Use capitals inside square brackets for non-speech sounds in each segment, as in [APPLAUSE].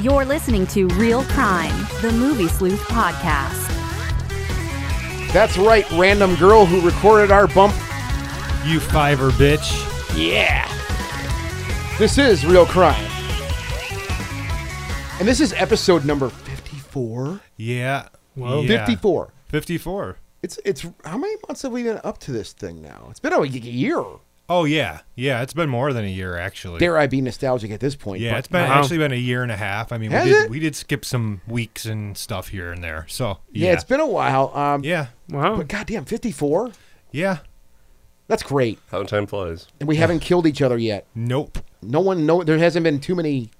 You're listening to Real Crime, the Movie Sleuth podcast. That's right, random girl who recorded our bump. You fiver bitch. Yeah. This is Real Crime. And this is episode number 54. Oh, Yeah. Well, 54. 54. It's it's how many months have we been up to this thing now? It's been a y- year. Oh yeah. Yeah, it's been more than a year actually. Dare I be nostalgic at this point? yeah, but- it's been actually been a year and a half. I mean, we Has did it? we did skip some weeks and stuff here and there. So, yeah, it's been a while. Um, Yeah. Wow. But goddamn, 54. Yeah. That's great. How time flies. And we haven't killed each other yet. Nope. No one, no, there hasn't been too many.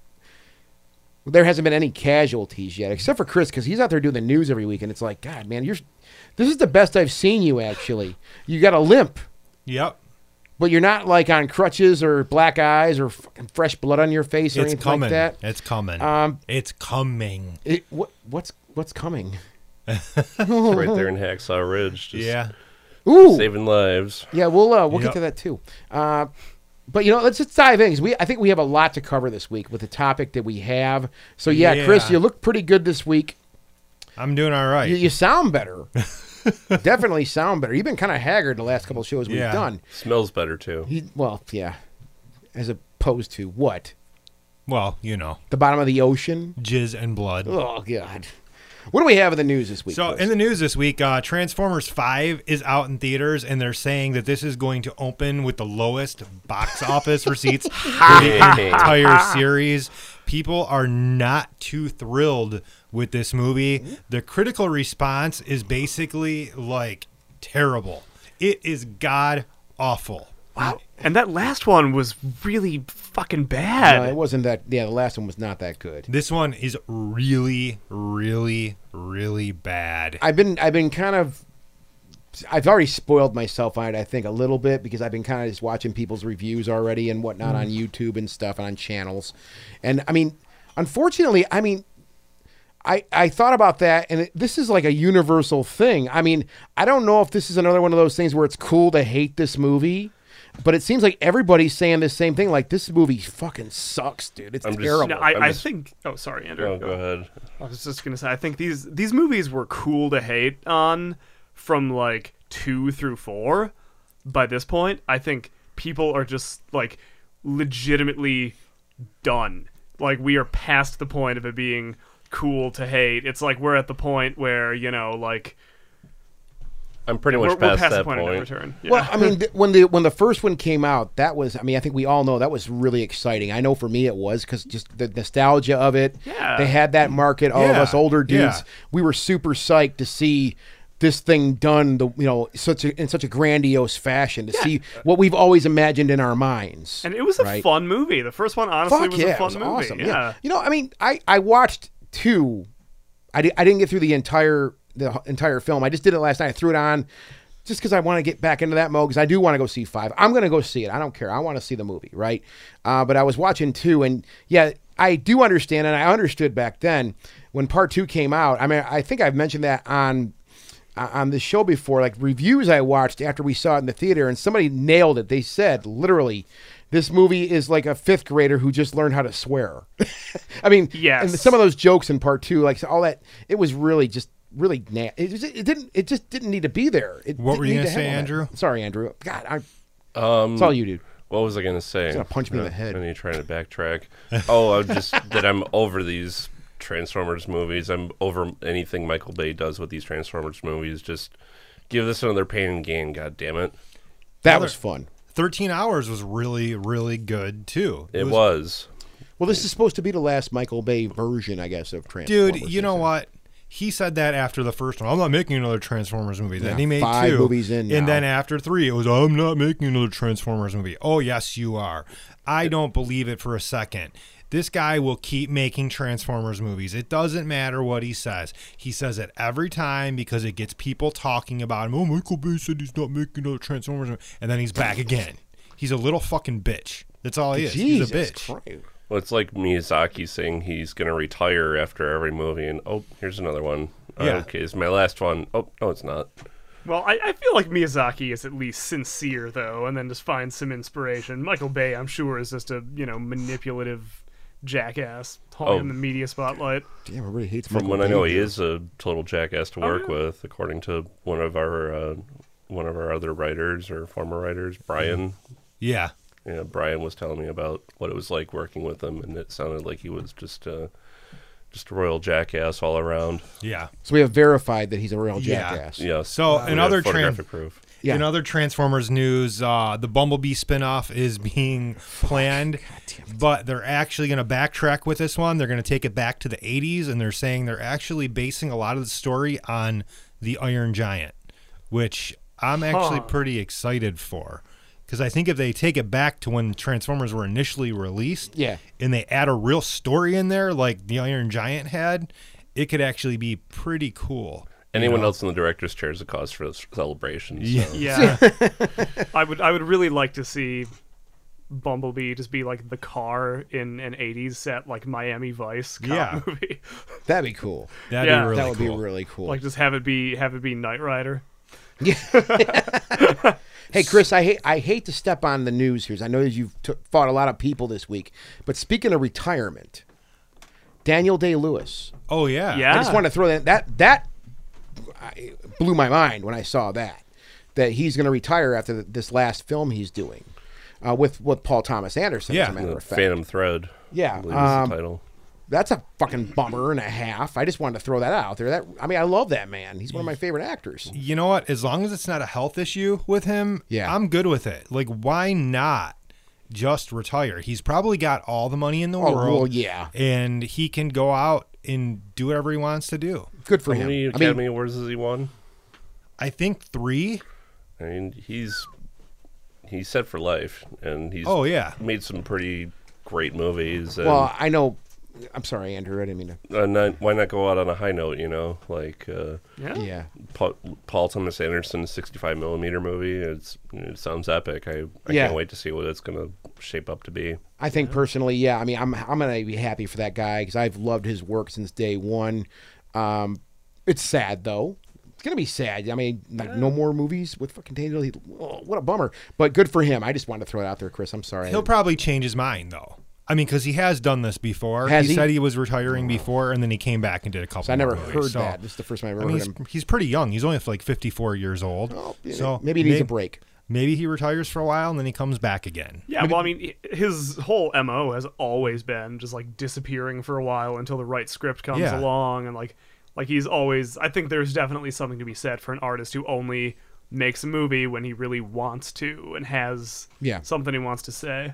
There hasn't been any casualties yet, except for Chris, because he's out there doing the news every week, and it's like, God, man, you're. This is the best I've seen you. Actually, you got a limp, Yep. but you're not like on crutches or black eyes or fucking fresh blood on your face or It's anything coming. like that. It's coming. Um, it's coming. It, what, what's what's coming? It's right [LAUGHS] there in Hacksaw Ridge. Just Yeah. Ooh, Saving lives. yeah, we'll uh, we'll Yep. get to that too. Uh, but you know, let's just dive in 'cause we I think we have a lot to cover this week with the topic that we have. So yeah, Chris, Yeah. you look pretty good this week. I'm doing all right. You, you sound [LAUGHS] better. Definitely sound better. You've been kind of haggard the last couple of shows we've Yeah. done. Smells better too. He, well, yeah. As opposed to what? well, you know, The bottom of the ocean? jizz and blood. Oh, God. What do we have in the news this week? So, Chris? in the news this week, uh, Transformers 5 is out in theaters, and they're saying that this is going to open with the lowest box office receipts for the entire series. People are not too thrilled with this movie. The critical response is basically like terrible. It is god awful. And that last one was really fucking No, Uh, it bad. wasn't that. Yeah, the last one was not that good. This one is really, really, really bad. I've been, I've been kind of. I've already spoiled myself on it, I think, a little bit because I've been kind of just watching people's reviews already and whatnot on YouTube and stuff and on channels. And I mean, unfortunately, I mean, I, I thought about that, and it, this is like a universal thing. I mean, I don't know if this is another one of those things where it's cool to hate this movie, but it seems like everybody's saying the same thing. Like, this movie fucking sucks, dude. It's I'm just- terrible. No, I, I I'm just- think. Oh, sorry, Andrew. Oh, go ahead. I was just gonna say. I think these these movies were cool to hate on from like two through four. By this point, I think people are just like legitimately done. Like we are past the point of it being cool to hate. It's like we're at the point where you know, like I'm pretty we're, much we're past, past the that point, of no point. return. Yeah. Well, I [LAUGHS] mean, th- when the when the first one came out, that was I mean, I think we all know that was really exciting. I know for me it was because just the nostalgia of it. Yeah. They had that market. All of Yeah, us older dudes, yeah. we were super psyched to see this thing done. The you know such a, in such a grandiose fashion to see what we've always imagined in our minds. and it was a right? fun movie. The first one, honestly, Fuck was yeah, a fun it was movie. awesome. Yeah. yeah. you know, I mean, I I watched two. I di- I didn't get through the entire the h- entire film. I just did it last night. I threw it on just because I want to get back into that mode because I do want to go see five. I'm gonna go see it. I don't care. I want to see the movie, right? Uh, but I was watching two, and yeah, I do understand, and I understood back then when part two came out. I mean, I think I've mentioned that on uh, on this show before, like reviews I watched after we saw it in the theater, and somebody nailed it. They said literally, this movie is like a fifth grader who just learned how to swear. [LAUGHS] I mean, Yes. and some of those jokes in part two, like so all that, it was really just really na- it, just- it didn't it just didn't need to be there. It What were didn't you need gonna to say, have all that. Andrew? Sorry, Andrew. God, I, Um, it's all you, dude. What was I gonna say? He's gonna punch me in the head. And [LAUGHS] you trying to backtrack. oh, I'm just that I'm over these Transformers movies. I'm over anything Michael Bay does with these Transformers movies. Just give this another pain and gain. God damn it! That was fun. 13 Hours was really, really good, too. It was. Well, this is supposed to be the last Michael Bay version, I guess, of Transformers. Dude, you know what? He said that after the first one. I'm not making another Transformers movie. Then Yeah, he made five two movies in and now. then after three, it was I'm not making another Transformers movie. Oh yes, you are. I don't believe it for a second. This guy will keep making Transformers movies. It doesn't matter what he says. He says it every time because it gets people talking about him. Oh, Michael Bay said he's not making another Transformers movie, and then he's back again. He's a little fucking bitch. That's all he is. Jesus he's a bitch. Christ. Well, it's like Miyazaki saying he's gonna retire after every movie, and oh, here's another one. Oh, Yeah. Okay, it's my last one. Oh, no, it's not. Well, I, I feel like Miyazaki is at least sincere though, and then just finds some inspiration. Michael Bay, I'm sure, is just a you know manipulative jackass hauling Oh. in the media spotlight. Damn, everybody hates From Michael what I know, Bay, he dude. is a total jackass to Oh, work yeah. with, according to one of our uh, one of our other writers or former writers, Brian. Mm-hmm. Yeah. Yeah, Brian was telling me about what it was like working with him, and it sounded like he was just uh, just a royal jackass all around. Yeah. So we have verified that he's a real Yeah. jackass. Yes. So, We in have other tran- photographic proof. Yeah. In other Transformers news, uh, the Bumblebee spinoff is being planned, but they're actually going to backtrack with this one. They're going to take it back to the 80s, and they're saying they're actually basing a lot of the story on the Iron Giant, which I'm actually Huh. pretty excited for. Because I think if they take it back to when Transformers were initially released, Yeah. and they add a real story in there like the Iron Giant had, it could actually be pretty cool. Anyone else in the director's chair is a cause for celebration. So. Yeah. Yeah, I would I would really like to see Bumblebee just be like the car in an '80s set, like Miami Vice cop Yeah. [LAUGHS] movie. That'd be cool. That'd Yeah. be really that would cool. be really cool. Like just have it be have it be Knight Rider. hey, Chris, I hate I hate to step on the news here. 'cause I know that you've t- fought a lot of people this week, but speaking of retirement, Daniel Day Lewis. Oh yeah. Yeah. I just want to throw that that that I- blew my mind when I saw that that he's going to retire after this last film he's doing uh, with with Paul Thomas Anderson. as Yeah. a matter The of fact, Phantom Thread. Yeah, I believe is um, the title. that's a fucking bummer and a half. I just wanted to throw that out there. That I mean, I love that man. He's one of my favorite actors. you know what? As long as it's not a health issue with him, Yeah. I'm good with it. Like, why not just retire? He's probably got all the money in the Oh, world. well, yeah. and he can go out and do whatever he wants to do. Good for How many him. I Academy mean, Awards has he won? I think three. I mean, he's he's set for life, and he's Oh yeah, made some pretty great movies. And well, I know. I'm sorry, Andrew. I didn't mean to. uh, not, why not go out on a high note? You know, like uh, Yeah, Yeah. Paul, Paul Thomas Anderson's 65 millimeter movie. It's it sounds epic. I, I Yeah. can't wait to see what it's gonna shape up to be. I think personally, yeah. I mean, I'm I'm gonna be happy for that guy because I've loved his work since day one. Um, it's sad though. It's gonna be sad. I mean, like, no more movies with fucking Daniel. Day- Oh, what a bummer. But good for him. I just wanted to throw it out there, Chris. I'm sorry. I he'll didn't- probably change his mind though. I mean, because he has done this before. Has he? said he was retiring before, and then he came back and did a couple. I never more movies, heard so- that. This is the first time I ever I mean, heard he's, him. he's pretty young. He's only like 54 years old. Oh, yeah, so maybe he needs may- a break. Maybe he retires for a while and then he comes back again. Yeah, well, I mean, i- his whole mo has always been just like disappearing for a while until the right script comes Yeah. along, and like, like he's always. I think there's definitely something to be said for an artist who only makes a movie when he really wants to and has Yeah. something he wants to say.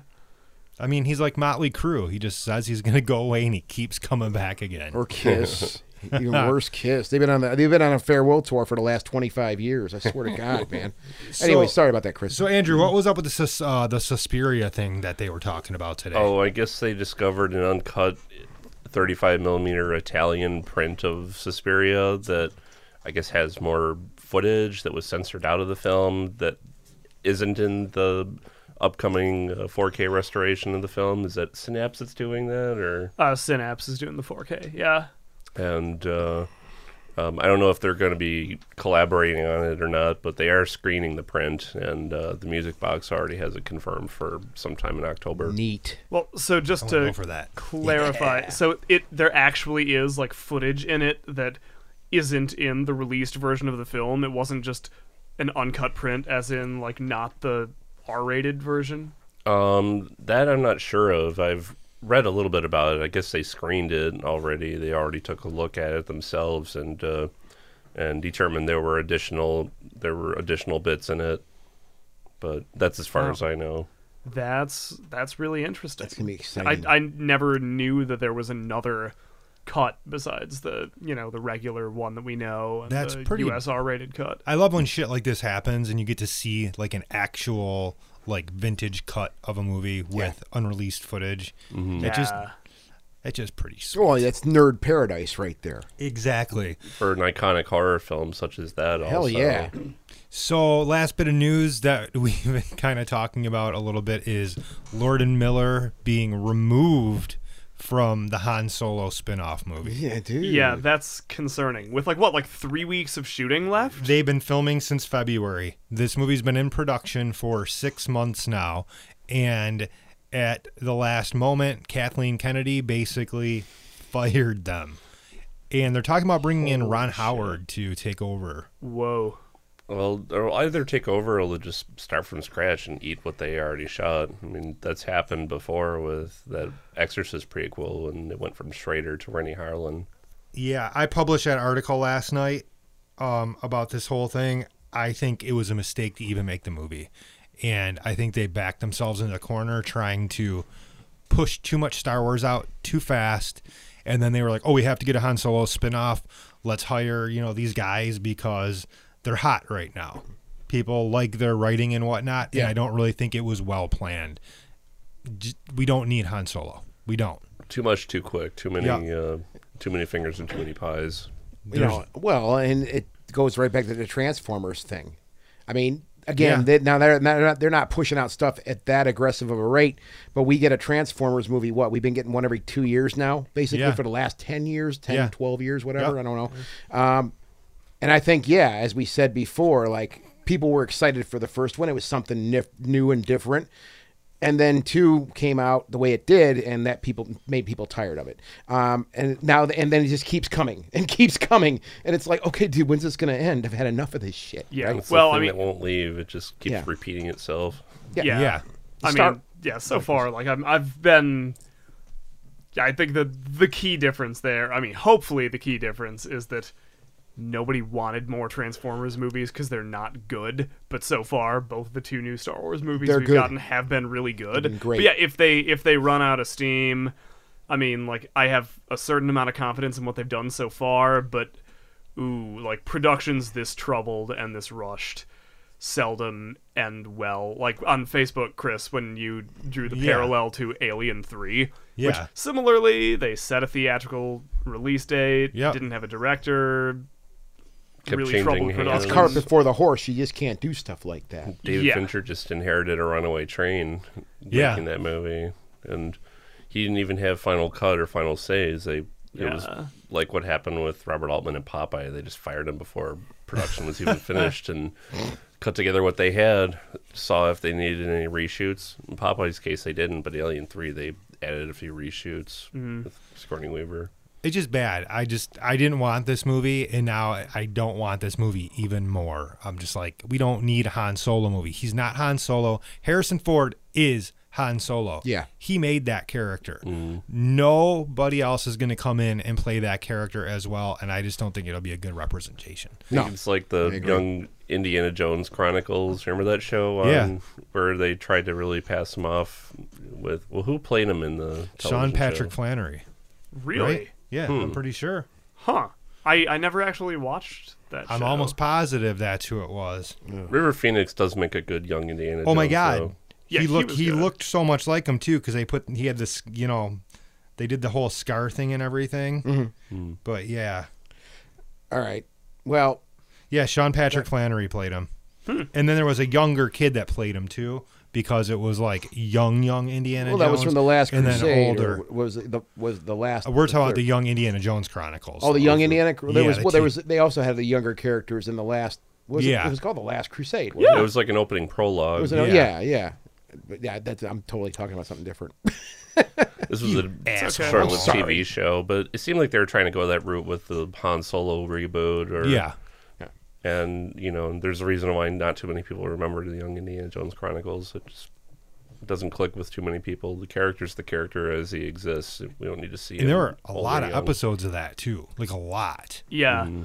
I mean, he's like Motley Crue. He just says he's going to go away, and he keeps coming back again. Or Kiss. [LAUGHS] Even worse, Kiss. They've been on the, they've been on a farewell tour for the last 25 years. I swear to God, [LAUGHS] man. Anyway, So- sorry about that, Chris. so, Andrew, what was up with the Sus- uh, the Suspiria thing that they were talking about today? Oh, I guess they discovered an uncut 35 millimeter Italian print of Suspiria that I guess has more footage that was censored out of the film that isn't in the upcoming uh, 4K restoration of the film. Is that Synapse that's doing that, or Uh, Synapse is doing the 4K. Yeah, and uh, um, I don't know if they're going to be collaborating on it or not, but they are screening the print, and uh, the music box already has it confirmed for sometime in October. Neat. Well, so just I wanna to go for that. clarify, so it there actually is like footage in it that isn't in the released version of the film. It wasn't just an uncut print, as in like not the R-rated version. Um, that I'm not sure of. I've read a little bit about it. I guess they screened it already. They already took a look at it themselves and uh, and determined there were additional there were additional bits in it. But that's as far Wow. as I know. That's that's really interesting. That's gonna be I exciting. I never knew that there was another cut besides the you know the regular one that we know. And That's the pretty- US R-rated cut. I love when shit like this happens, and you get to see like an actual like vintage cut of a movie with unreleased footage. It just Yeah. it just pretty sweet. oh, that's nerd paradise right there. Exactly. For an iconic horror film such as that, Hell also. yeah. So, last bit of news that [LAUGHS] we've been kind of talking about a little bit is Lord and Miller being removed from the Han Solo spin-off movie. Yeah, dude. Yeah, that's concerning. With like what like three weeks of shooting left. They've been filming since February. This movie's been in production for six months now, and at the last moment, Kathleen Kennedy basically fired them. And they're talking about bringing in Ron Howard to take over. Whoa. Well, they'll either take over or they'll just start from scratch and eat what they already shot. I mean, that's happened before with that Exorcist prequel when it went from Schrader to Rennie Harlan. Yeah, I published that article last night um, about this whole thing. I think it was a mistake to even make the movie. And I think they backed themselves into the corner trying to push too much Star Wars out too fast. And then they were like, oh, we have to get a Han Solo spinoff. Let's hire, you know, these guys because they're hot right now. People like their writing and whatnot. Yeah. And I don't really think it was well planned. J- We don't need Han Solo. We don't. Too much, too quick, too many, Yeah. uh, too many fingers and too many pies. you know, well, and it goes right back to the Transformers thing. I mean, again, Yeah. they, now they're they're not, they're not pushing out stuff at that aggressive of a rate, but we get a Transformers movie. What we've been getting one every two years now, basically Yeah. for the last ten years, 10, Yeah. 12 years, whatever. Yeah. I don't know. Um, and I think, yeah, as we said before, like people were excited for the first one. It was something nif- new and different. And then two came out the way it did, and that people made people tired of it. Um, and now, and then it just keeps coming and [LAUGHS] keeps coming, and it's like, okay, dude, when's this gonna end? I've had enough of this shit. Yeah. right? It's well, the I thing mean, that won't leave. It just keeps Yeah. repeating itself. Yeah. yeah. Yeah. I Start- mean, yeah. So far, like I'm, I've been. Yeah, I think the the key difference there. I mean, hopefully, the key difference is that nobody wanted more Transformers movies because they're not good. But so far, both the two new Star Wars movies They're we've good. gotten have been really good. been great. But yeah, if they if they run out of steam, I mean, like I have a certain amount of confidence in what they've done so far, but ooh, like productions this troubled and this rushed seldom end well. Like on Facebook, Chris, when you drew the Yeah. parallel to Alien Three, which Yeah. similarly they set a theatrical release date, Yep. didn't have a director, Kept really changing troubled hands. productions. That's cart before the horse. You just can't do stuff like that. David Yeah. Fincher just inherited a runaway train Yeah. making that movie, and he didn't even have final cut or final says. They it was Yeah. like what happened with Robert Altman and Popeye. They just fired him before production was [LAUGHS] even finished and cut together what they had. Saw if they needed any reshoots. In Popeye's case, they didn't, but Alien Three they added a few reshoots Mm-hmm. with Sigourney Weaver. it's just bad. I just I didn't want this movie, and now I- I don't want this movie even more. I'm just like, we don't need a Han Solo movie. He's not Han Solo. Harrison Ford is Han Solo. Yeah. he made that character. Nobody else is going to come in and play that character as well, and I just don't think it'll be a good representation. think No. it's like the agree. young Indiana Jones Chronicles. Remember that show? On, Yeah. Where they tried to really pass him off with well, who played him in the Sean television Patrick show? Flannery, really, right? Yeah, I'm pretty sure. huh? I I never actually watched that. I'm show. almost positive that's who it was. River Phoenix does make a good young Indiana. Oh my Jones, god. though. Yeah, he he looked was he, good. looked so much like him too cuz they put he had this, you know, they did the whole scar thing and everything. Mm-hmm. Hmm. But yeah. All right. Well, Yeah, Sean Patrick Flannery played him. Hmm. And then there was a younger kid that played him too because it was like young young Indiana well, that was Jones from the Last and Crusade. then or older. was the was the last? We're talking about third. the young Indiana Jones Chronicles. Oh, the young Indiana. There yeah, was the well, there two- was. They also had the younger characters in the last. Was it- it, Yeah. was called the Last Crusade. wasn't It was like an opening prologue. It was an, yeah. yeah, Yeah. But yeah, that's I'm totally talking about something different. this was a asshole. certainly I'm sorry. TV show, but it seemed like they were trying to go that route with the Han Solo reboot. Or Yeah. and you know, there's a reason why not too many people remember the Young Indiana Jones Chronicles. It just doesn't click with too many people. The character's the character as he exists. We don't need to see. And there him were a old or lot of young. episodes of that too. Like a lot. Yeah. Mm-hmm.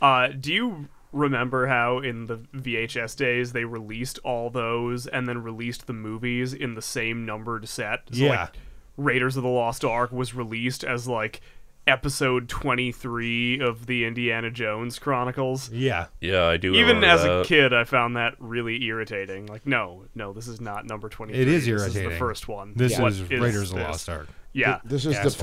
Uh, do you remember how in the VHS days they released all those and then released the movies in the same numbered set? So, Yeah. Like, Raiders of the Lost Ark was released as like episode 23 of the Indiana Jones Chronicles. Yeah. Yeah, I do. Even remember as a that. kid, I found that really irritating. Like, no, no, this is not number 23. It is This is the irritating. first one. This What is Raiders of the this? Lost Ark. Oh. Yeah. [LAUGHS] This is Assholes. the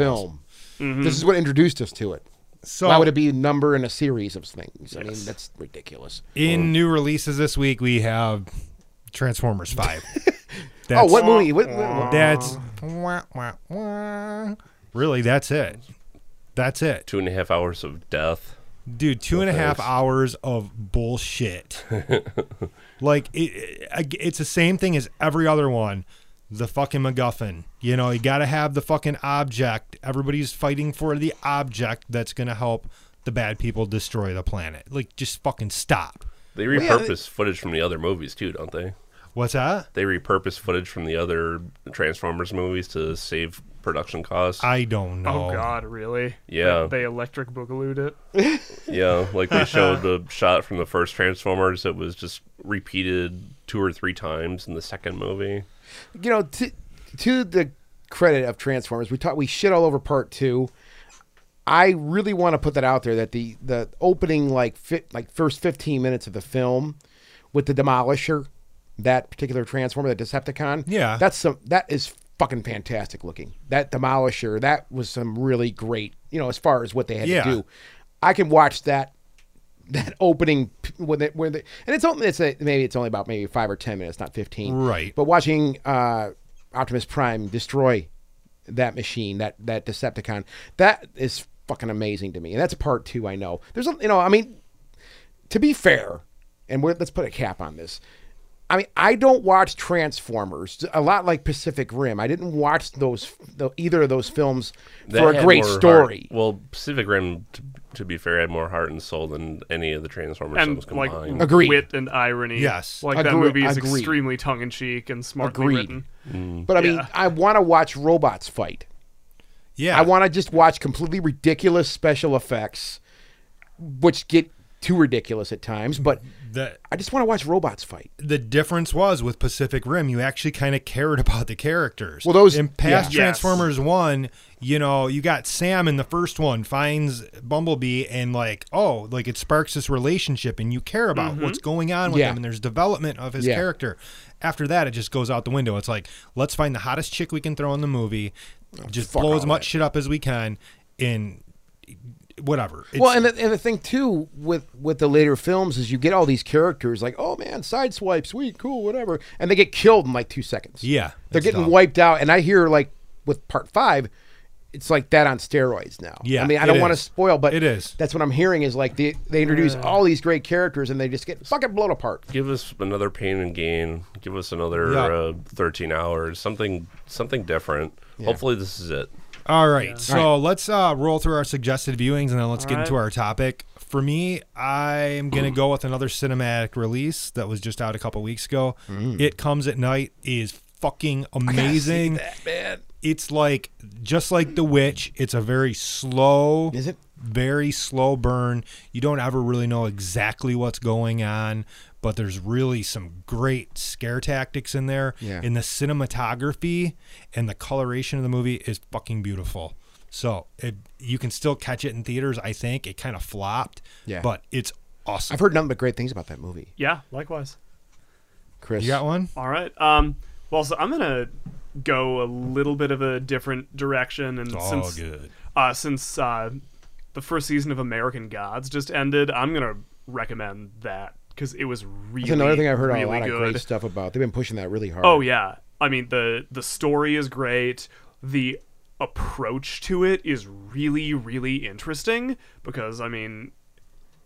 film. This is what introduced us to it. Mm-hmm. So Why would it be a number in a series of things? I mean, that's ridiculous. In new releases this week, we have Transformers [LAUGHS] Five. [LAUGHS] Oh, That's, what movie? What, what- That's wah, wah, wah. really that's it. That's it, two and a half hours of death. dude. Two and a half hours [LAUGHS] of bullshit. like it, it, it's the same thing as every other one. the fucking MacGuffin. You know, you got to have the fucking object. Everybody's fighting for the object that's going to help the bad people destroy the planet. Like, just fucking stop. They yeah, repurpose footage from the other movies too, don't they? What's that? They repurpose footage from the other Transformers movies to save production costs. I don't know. Oh God, really? Yeah. They, they electric boogalooed it. Yeah, [LAUGHS] like they showed the shot from the first Transformers that was just repeated two or three times in the second movie. you know, to, to the credit of Transformers, we talk, we shit all over part two. I really want to put that out there that the the opening like fit like first fifteen minutes of the film with the Demolisher, that particular Transformer, the Decepticon. Yeah. that's some that is fucking fantastic looking. That Demolisher, that was some really great. You know, as far as what they had Yeah. to do, I can watch that that opening p- when they, when they, and it's only it's a, maybe it's only about maybe five or ten minutes, not fifteen. Right. But watching uh, Optimus Prime destroy that machine, that that Decepticon, that is fucking amazing to me. And that's part two. I know there's a, you know I mean to be fair, and we're, let's put a cap on this. I mean, I don't watch Transformers a lot like Pacific Rim. I didn't watch those the, either of those films That for a had great more heart- story. Well, Pacific Rim, to, to be fair, had more heart and soul than any of the Transformers films and like combined. Agreed. wit and irony. Yes. like that Agree- movie is agreed. extremely tongue in cheek and smartly Agreed. written. But I mean, Yeah. I want to watch robots fight. Yeah. I want to just watch completely ridiculous special effects, which get too ridiculous at times. But that. I just want to watch robots fight. the difference was with Pacific Rim, you actually kind of cared [LAUGHS] about the characters. Well, those- in past yeah. Yes. Transformers one, you know, you got Sam in the first one finds Bumblebee and like, oh, like it sparks this relationship and you care about Mm-hmm. what's going on with Yeah. him and there's development of his Yeah. character. After that, it just goes out the window. It's like let's find the hottest chick we can throw in the movie, just Oh, fuck blow as all much shit up as we can, and whatever. It's, well, and the, and the thing too with with the later films is you get all these characters like, oh man, sideswipe, sweet, cool, whatever, and they get killed in like two seconds. yeah, they're it's getting dumb. wiped out. And I hear like with part five, it's like that on steroids now. Yeah, I mean, I it don't want to is. spoil, but It is. Uh. That's what I'm hearing is like they they introduce all these great characters and they just get fucking blown apart. Give us another pain and gain. Give us another Yeah. uh, thirteen hours. Something, something different. Hopefully, this is it. All right, so let's uh, roll through our suggested viewings and then let's get into our topic. For me, I'm gonna go with another cinematic release that was just out a couple weeks ago. Mm. It comes at night is fucking amazing. It's like just like The Witch. It's a very slow, Is it? Very slow burn. You don't ever really know exactly what's going on, but there's really some great scare tactics in there Yeah. and the cinematography and the coloration of the movie is fucking beautiful. So it, you can still catch it in theaters. I think it kind of flopped, Yeah. but it's awesome. I've heard nothing but great things about that movie, Yeah, likewise. Chris. you got one? All right. Um. Well, so I'm gonna go a little bit of a different direction, and It's all since good. uh, since uh, the first season of American Gods just ended, I'm gonna recommend that because it was really It's another thing I've heard really a lot good. of great stuff about. They've been pushing that really hard. Oh yeah. I mean the the story is great. The approach to it is really really interesting because I mean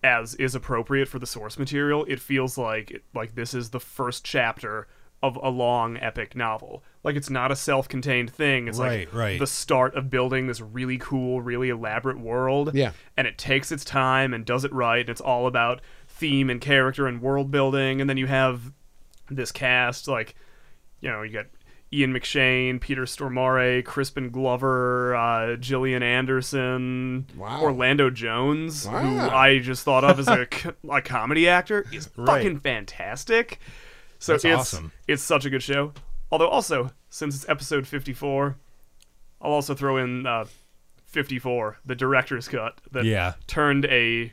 as is appropriate for the source material, it feels like like this is the first chapter of a long epic novel. Like it's not a self-contained thing. It's Right, like right. the start of building this really cool, really elaborate world. Yeah. And it takes its time and does it right. And it's all about theme and character and world building. And then you have this cast, like, you know, you got Ian McShane, Peter Stormare, Crispin Glover, uh, Gillian Anderson, Wow. Orlando Jones, who Wow. I just thought of as a, co- a comedy actor, is Right. fucking fantastic. So That's it's awesome. it's such a good show. Although also since it's episode 54, I'll also throw in uh, 54, the director's cut that Yeah. turned a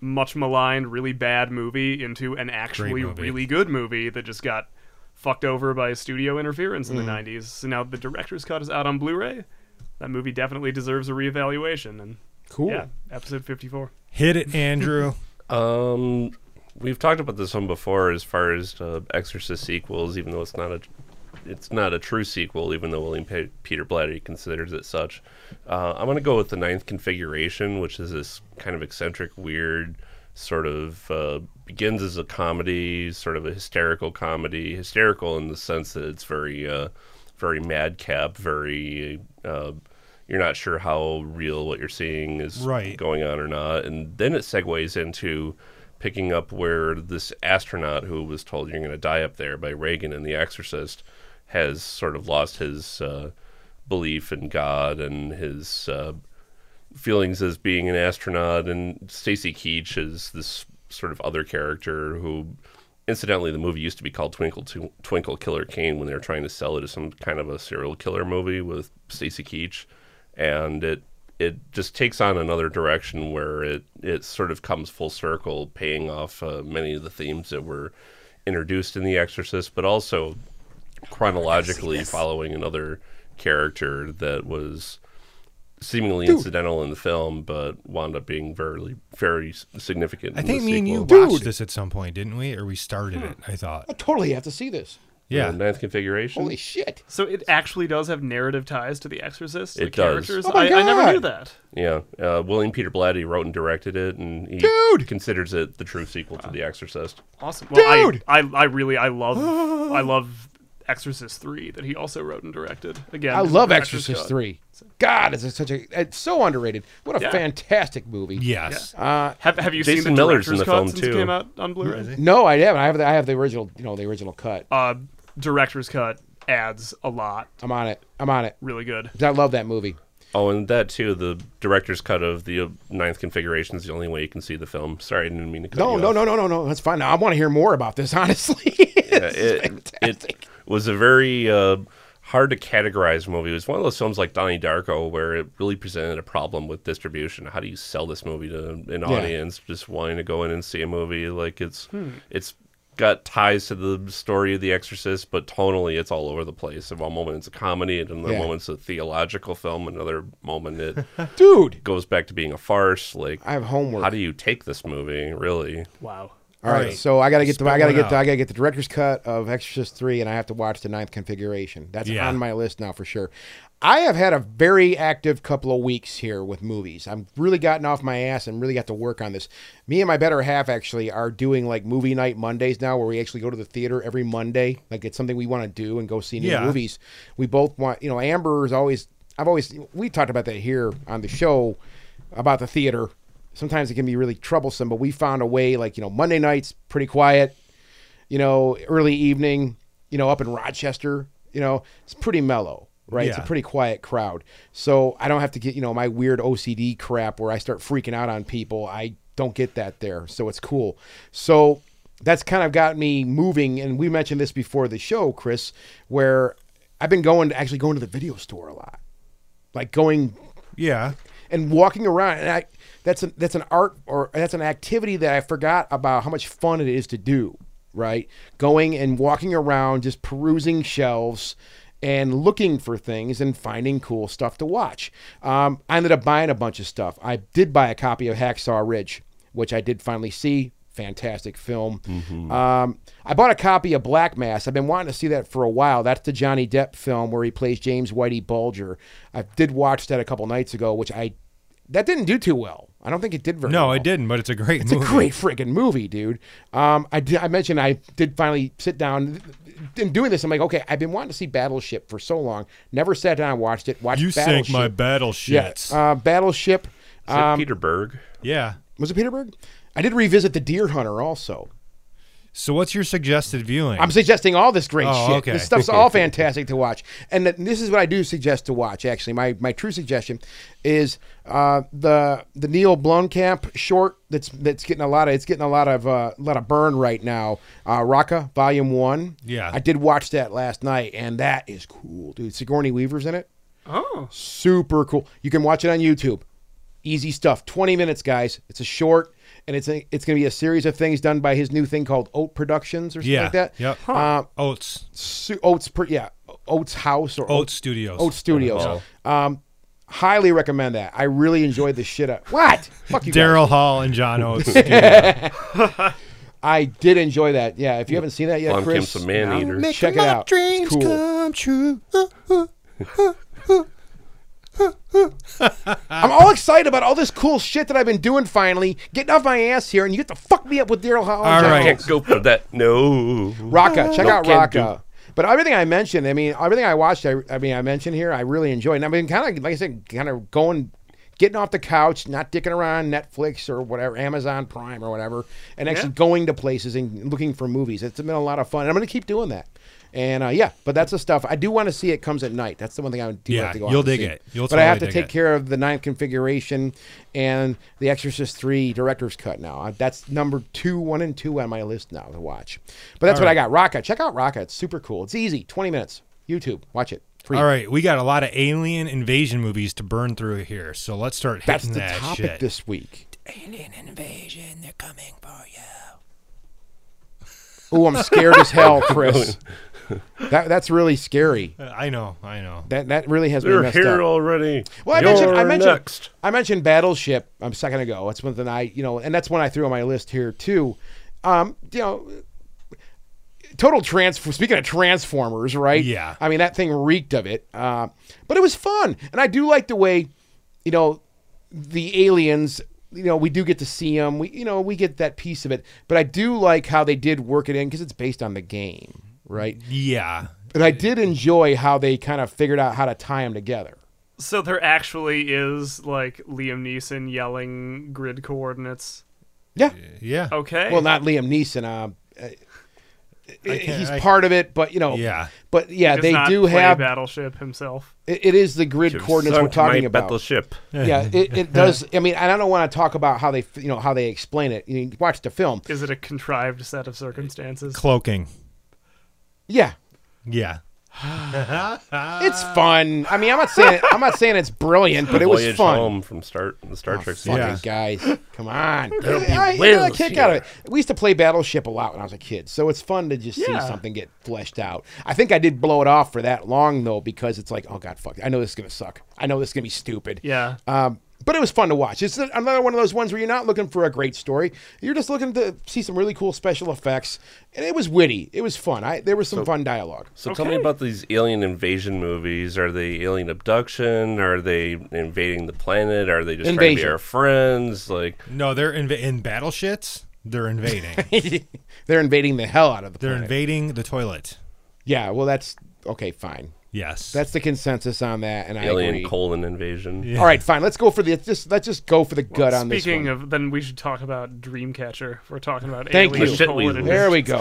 much maligned, really bad movie into an actually movie. really good movie that just got fucked over by studio interference Mm. in the 90s. So now the director's cut is out on Blu-ray. That movie definitely deserves a reevaluation and cool. yeah, episode 54. Hit it, Andrew. [LAUGHS] Um, we've talked about this one before, as far as uh, Exorcist sequels, even though it's not a, it's not a true sequel, even though William Pe- Peter Blatty considers it such. Uh, I'm gonna go with the Ninth Configuration, which is this kind of eccentric, weird sort of uh, begins as a comedy, sort of a hysterical comedy, hysterical in the sense that it's very, uh, very madcap, very. Uh, you're not sure how real what you're seeing is Right. going on or not, and then it segues into picking up where this astronaut who was told you're going to die up there by Reagan in The Exorcist has sort of lost his uh, belief in God and his uh, feelings as being an astronaut, and Stacy Keach is this sort of other character who, incidentally, the movie used to be called Twinkle Tw- Twinkle Killer Kane when they were trying to sell it as some kind of a serial killer movie with Stacy Keach, and it it just takes on another direction where it it sort of comes full circle, paying off uh, many of the themes that were introduced in The Exorcist, but also chronologically following another character that was seemingly incidental in the film, but wound up being very, very s- significant. I in think the me and you sequel. watched Dude. this at some point, didn't we? Or we started it. I thought. I totally have to see this. Yeah. yeah, ninth configuration. Holy shit! So it actually does have narrative ties to The Exorcist. the It does. Characters. Oh my I, I never knew God. that. yeah, uh, William Peter Blatty wrote and directed it, and he Dude! Ah. considers it the true sequel to The Exorcist. Awesome. Well, Dude! I, I, I really, [GASPS] I love, I love Exorcist three that he also wrote and directed. Again, I this is love director's Exorcist cut. Three. God, it's such a it's so underrated. What a Yeah. fantastic movie. Yes. Uh, Have, have you Jason seen the Miller's in director's the cut film, since too. it came out on Blu-ray? No, I haven't. I have the I have the original. You know, the original cut. Uh, director's cut adds a lot. I'm on it. I'm on it. Really good. 'Cause I love that movie. Oh, and that too, the director's cut of the uh, ninth configuration is the only way you can see the film. Sorry, I didn't mean to cut No, you no, off. no, no, no, no. That's fine. I want to hear more about this. [LAUGHS] Honestly, This is it, fantastic. it was a very uh, hard to categorize movie. It was one of those films like Donnie Darko where it really presented a problem with distribution. How do you sell this movie to an audience just wanting to go in and see a movie? Like it's Hmm. it's got ties to the story of The Exorcist, but tonally it's all over the place. At one moment it's a comedy, at another Yeah. moment it's a theological film, another moment it [LAUGHS] dude. goes back to being a farce. Like I have homework. how do you take this movie really? Wow. All right, Right. so I gotta get the I Spit gotta one get the, out. I gotta get the director's cut of Exorcist three, and I have to watch the ninth configuration. That's Yeah. on my list now for sure. I have had a very active couple of weeks here with movies. I've really gotten off my ass and really got to work on this. Me and my better half actually are doing like movie night Mondays now, where we actually go to the theater every Monday. Like it's something we want to do and go see new Yeah. movies. We both want, you know, Amber is always. I've always we talked about that here on the show about the theater. Sometimes it can be really troublesome, but we found a way. Like you know, Monday nights pretty quiet you know, early evening, you know, up in Rochester, you know, it's pretty mellow, right? It's a Yeah. pretty quiet crowd. So I don't have to get, you know, my weird OCD crap where I start freaking out on people. I don't get that there. So it's cool. So that's kind of got me moving. And we mentioned this before the show, Chris, where I've been going to actually going to the video store a lot, like going yeah. and walking around and I that's an that's an art or that's an activity that I forgot about how much fun it is to do, right? Going and walking around just perusing shelves and looking for things and finding cool stuff to watch. Um, I ended up buying a bunch of stuff. I did buy a copy of Hacksaw Ridge, which I did finally see. Fantastic film. Mm-hmm. Um, I bought a copy of Black Mass. I've been wanting to see that for a while. That's the Johnny Depp film where he plays James Whitey Bulger. I did watch that a couple nights ago, which I that didn't do too well. I don't think it did very No, well. I didn't, but it's a great It's movie. a great friggin' movie, dude. Um, I did, I mentioned I did finally sit down in doing this. I'm like, okay, I've been wanting to see Battleship for so long. Never sat down and watched it. Watched you sank Battleship. my battleships. Yeah, uh, Battleship. Is it Um, Peter Berg? yeah. Was it Peterberg? I did revisit the Deer Hunter also. So what's your suggested viewing? I'm suggesting all this great Oh, shit. [LAUGHS] okay. This stuff's all fantastic to watch. And th- this is what I do suggest to watch. Actually, my my true suggestion is uh, the the Neil Blomkamp short that's that's getting a lot of it's getting a lot of uh, lot of burn right now. Uh, Raka Volume One. Yeah. I did watch that last night, and that is cool, dude. Sigourney Weaver's in it. Oh. Super cool. You can watch it on YouTube. Easy stuff. 20 minutes, guys. It's a short, and it's a, it's going to be a series of things done by his new thing called Oat Productions or something yeah. like that. Yep. Uh, Oats. Su- Oats, per, yeah, Oats House or Oats Studios. Oats Studios. Uh-huh. Um, highly recommend that. I really enjoyed the shit out. What? Fuck you, guys. Daryl Hall [LAUGHS] and John Oates. I did enjoy that. Yeah, if you haven't seen that yet, Blomkamp's Chris, a man-eater. check it out. It's cool. come true. I'm all excited about all this cool shit that I've been doing finally, getting off my ass here, and you get to fuck me up with Daryl Hall. All right. Can't go for that. No. Raka, check No, out can't do. Raka. But everything I mentioned, I mean, everything I watched, I, I mean, I mentioned here, I really enjoyed. And I've been kind of, like I said, kind of going, getting off the couch, not dicking around Netflix or whatever, Amazon Prime or whatever, and actually Yeah. going to places and looking for movies. It's been a lot of fun. And I'm going to keep doing that. And uh, yeah, but that's the stuff I do want to see. It comes at night. That's the one thing I do Yeah, have to go. out you'll and dig see. it. You'll but I have to totally dig take it. care of the ninth configuration and the Exorcist three director's cut. Now Uh, that's number two, one and two on my list now to watch. But that's what I got. Raka, check out Raka. It's super cool. It's easy. Twenty minutes. YouTube. Watch it. Free. All right, we got a lot of alien invasion movies to burn through here, so let's start hitting That's the that topic shit. this week. alien invasion, they're coming for you. Oh, I'm scared [LAUGHS] as hell, Chris. that that's really scary. Uh, I know, I know. That that really has been They're messed up. here already. Well, I mentioned, I You're mentioned, next. I mentioned Battleship um, a second ago. That's one that I, you know, and that's one I threw on my list here too. Um, you know, total trans. Speaking of Transformers, right? Yeah. I mean, that thing reeked of it, uh, but it was fun, and I do like the way, you know, the aliens. You know, we do get to see them. We, you know, we get that piece of it, but I do like how they did work it in because it's based on the game, right? Yeah, And I did enjoy how they kind of figured out how to tie them together. So there actually is like Liam Neeson yelling grid coordinates. Yeah. yeah, Okay. Well, not Liam Neeson. Um, uh, he's I- part of it, but you know, yeah. But yeah, Does they not do play have. battleship himself. it- it is the grid You've coordinates we're sunk talking my about. Battleship. yeah, it, it does. I mean, and I don't want to talk about how they, f- you know, how they explain it. You watch the film. Is it a contrived set of circumstances? Cloaking. Yeah, Yeah, it's fun. I mean, I'm not saying I'm not saying it's brilliant, but it was Voyage fun. Oh, home from start the Star Trek Fucking series. Yeah. guys, come [LAUGHS] on! There'll be I, I got a whales kick out of here. it. We used to play Battleship a lot when I was a kid, so it's fun to just Yeah. see something get fleshed out. I think I did blow it off for that long though, because it's like, oh god, fuck! I know this is gonna suck. I know this is gonna be stupid. Yeah. Um, but it was fun to watch. It's another one of those ones where you're not looking for a great story. You're just looking to see some really cool special effects, and it was witty. It was fun. I there was some fun dialogue. So tell me about these alien invasion movies. Are they alien abduction? Are they invading the planet? Are they just trying to Invasion. be our friends? Like no, they're inv- in battleships. [LAUGHS] They're invading. They're invading the hell out of the they're planet. invading the toilet. yeah. Well, that's okay. Fine. Yes, That's the consensus on that, and I alien agree. colon invasion. Yeah. All right, fine. Let's go for the let's just let's just go for the gut on this. Speaking one. of, then we should talk about Dreamcatcher. If we're talking about Thank alien you. Shit colon weasels. and there we go.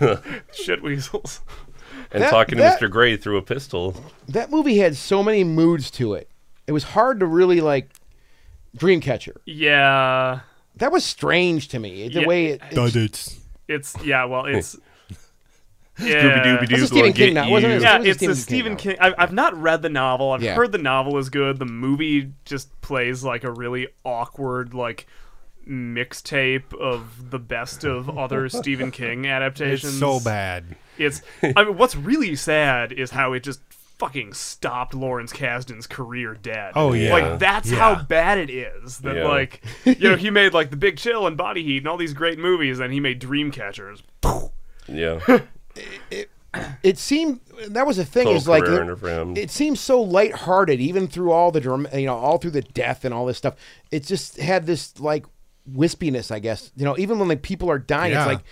[LAUGHS] shit weasels. [LAUGHS] And That- talking that- to Mr. Gray through a pistol. that movie had so many moods to it. It was hard to really like Dreamcatcher. Yeah, That was strange to me. The Yeah. way it, the dudes. it's yeah. Well, it's yeah. Scooby-Dooby-Doo That's a Stephen gonna King get novel, wasn't it? you. Yeah, That was a it's a Stephen Stephen King King. I've, I've not read the novel. I've Yeah. heard the novel is good. The movie just plays like a really awkward like mixtape of the best of [LAUGHS] other Stephen King It's adaptations. so bad. It's I mean, what's really sad is how it just fucking stopped Lawrence Kasdan's career dead. Oh, yeah. like that's Yeah. how bad it is. That Yeah. like you know he made like The Big Chill and Body Heat and all these great movies, and he made Dreamcatchers. [LAUGHS] Yeah. it seemed that was the thing Total is like career it- ender for him. it seems so lighthearted even through all the dram- you know all through the death and all this stuff. It just had this like wispiness, I guess. You know, even when like people are dying, Yeah. it's like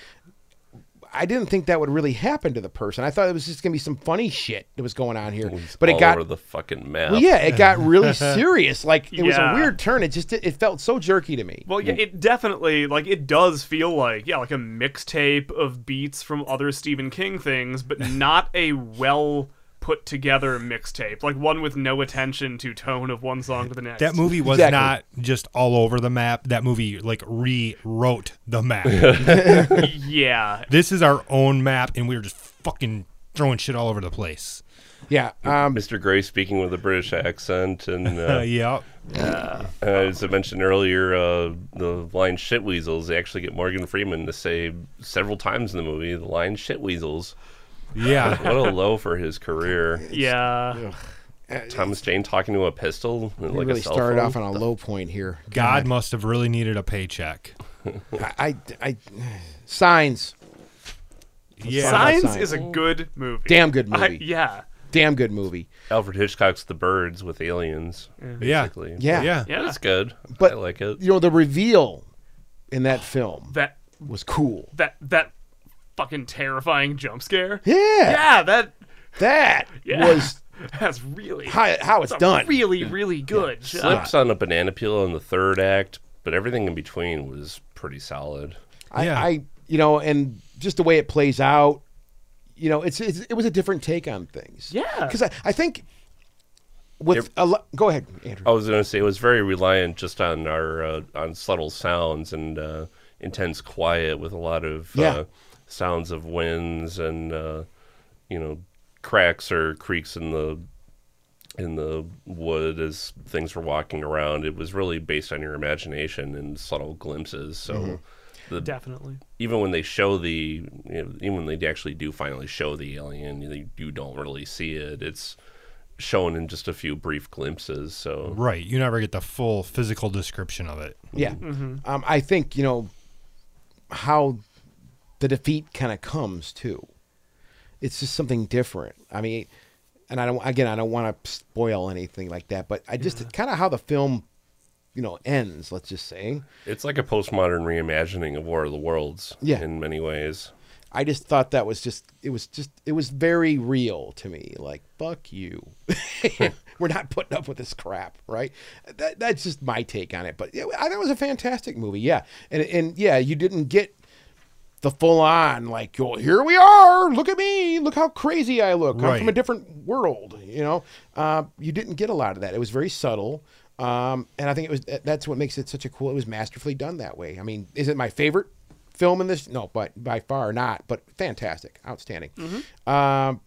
I didn't think that would really happen to the person. I thought it was just gonna be some funny shit that was going on here, but it all got over the fucking map. Well, yeah, it got really serious. Like it was a Yeah. weird turn. It just it, felt so jerky to me. Well, yeah, it definitely like it does feel like yeah, like a mixtape of beats from other Stephen King [LAUGHS] things, but not a well put together mixtape, like one with no attention to tone of one song to the next. That movie was Exactly. not just all over the map. That movie like rewrote the map. [LAUGHS] yeah, this is our own map, and we were just fucking throwing shit all over the place. Yeah, um, Mr. Gray speaking with a British accent, and Uh, uh, yeah, uh, as I mentioned earlier, uh, the line "shit weasels" they actually get Morgan Freeman to say several times in the movie the line "shit weasels." [LAUGHS] yeah. [LAUGHS] What a low for his career. yeah. Thomas Jane talking to a pistol, and we like really a cell started phone? off on a low point here. God must have really needed a paycheck. I, I, I signs. Yeah, Sign- Signs Signs. is a good movie. Damn good I- movie. yeah. damn good movie. Alfred Hitchcock's The Birds with aliens, Yeah. basically. Yeah. Yeah. Yeah, That's good. But- I like it. You know, the reveal in that film that was cool. that that fucking terrifying jump scare. Yeah. yeah, that That yeah. was [LAUGHS] that's really how, how it's that's a done. Really, really good. shot. Slips on a banana peel in the third act, but everything in between was pretty solid. I, Yeah. I you know, and just the way it plays out, you know, it's, it's it was a different take on things. Yeah. because I, I think with Yep. a lo- go ahead, Andrew. I was going to say it was very reliant just on our uh, on subtle sounds and uh, intense quiet with a lot of Yeah. uh, sounds of winds and uh, you know cracks or creaks in the in the wood as things were walking around. It was really based on your imagination and subtle glimpses. So. The, Definitely. even when they show the you know, even when they actually do finally show the alien you, you don't really see it it's shown in just a few brief glimpses so Right. You never get the full physical description of it. Yeah, um, I think you know how the defeat kind of comes too. It's just something different. I mean, and I don't again, I don't want to spoil anything like that, but I just kind of how the film, you know, ends. Let's just say. it's like a postmodern reimagining of war of the worlds Yeah. in many ways I just thought that was just it was just it was very real to me. Like fuck you, [LAUGHS] we're not putting up with this crap, right? That, that's just my take on it. But yeah, I thought it was a fantastic movie. Yeah, and and yeah, you didn't get the full on like, well, here we are. Look at me. Look how crazy I look. I'm from a Right. different world. You know, uh, you didn't get a lot of that. It was very subtle. Um, and I think it was that- that's what makes it such a cool. It was masterfully done that way. I mean, is it my favorite film in this? No, but by far not. But fantastic, outstanding. Mm-hmm. Um,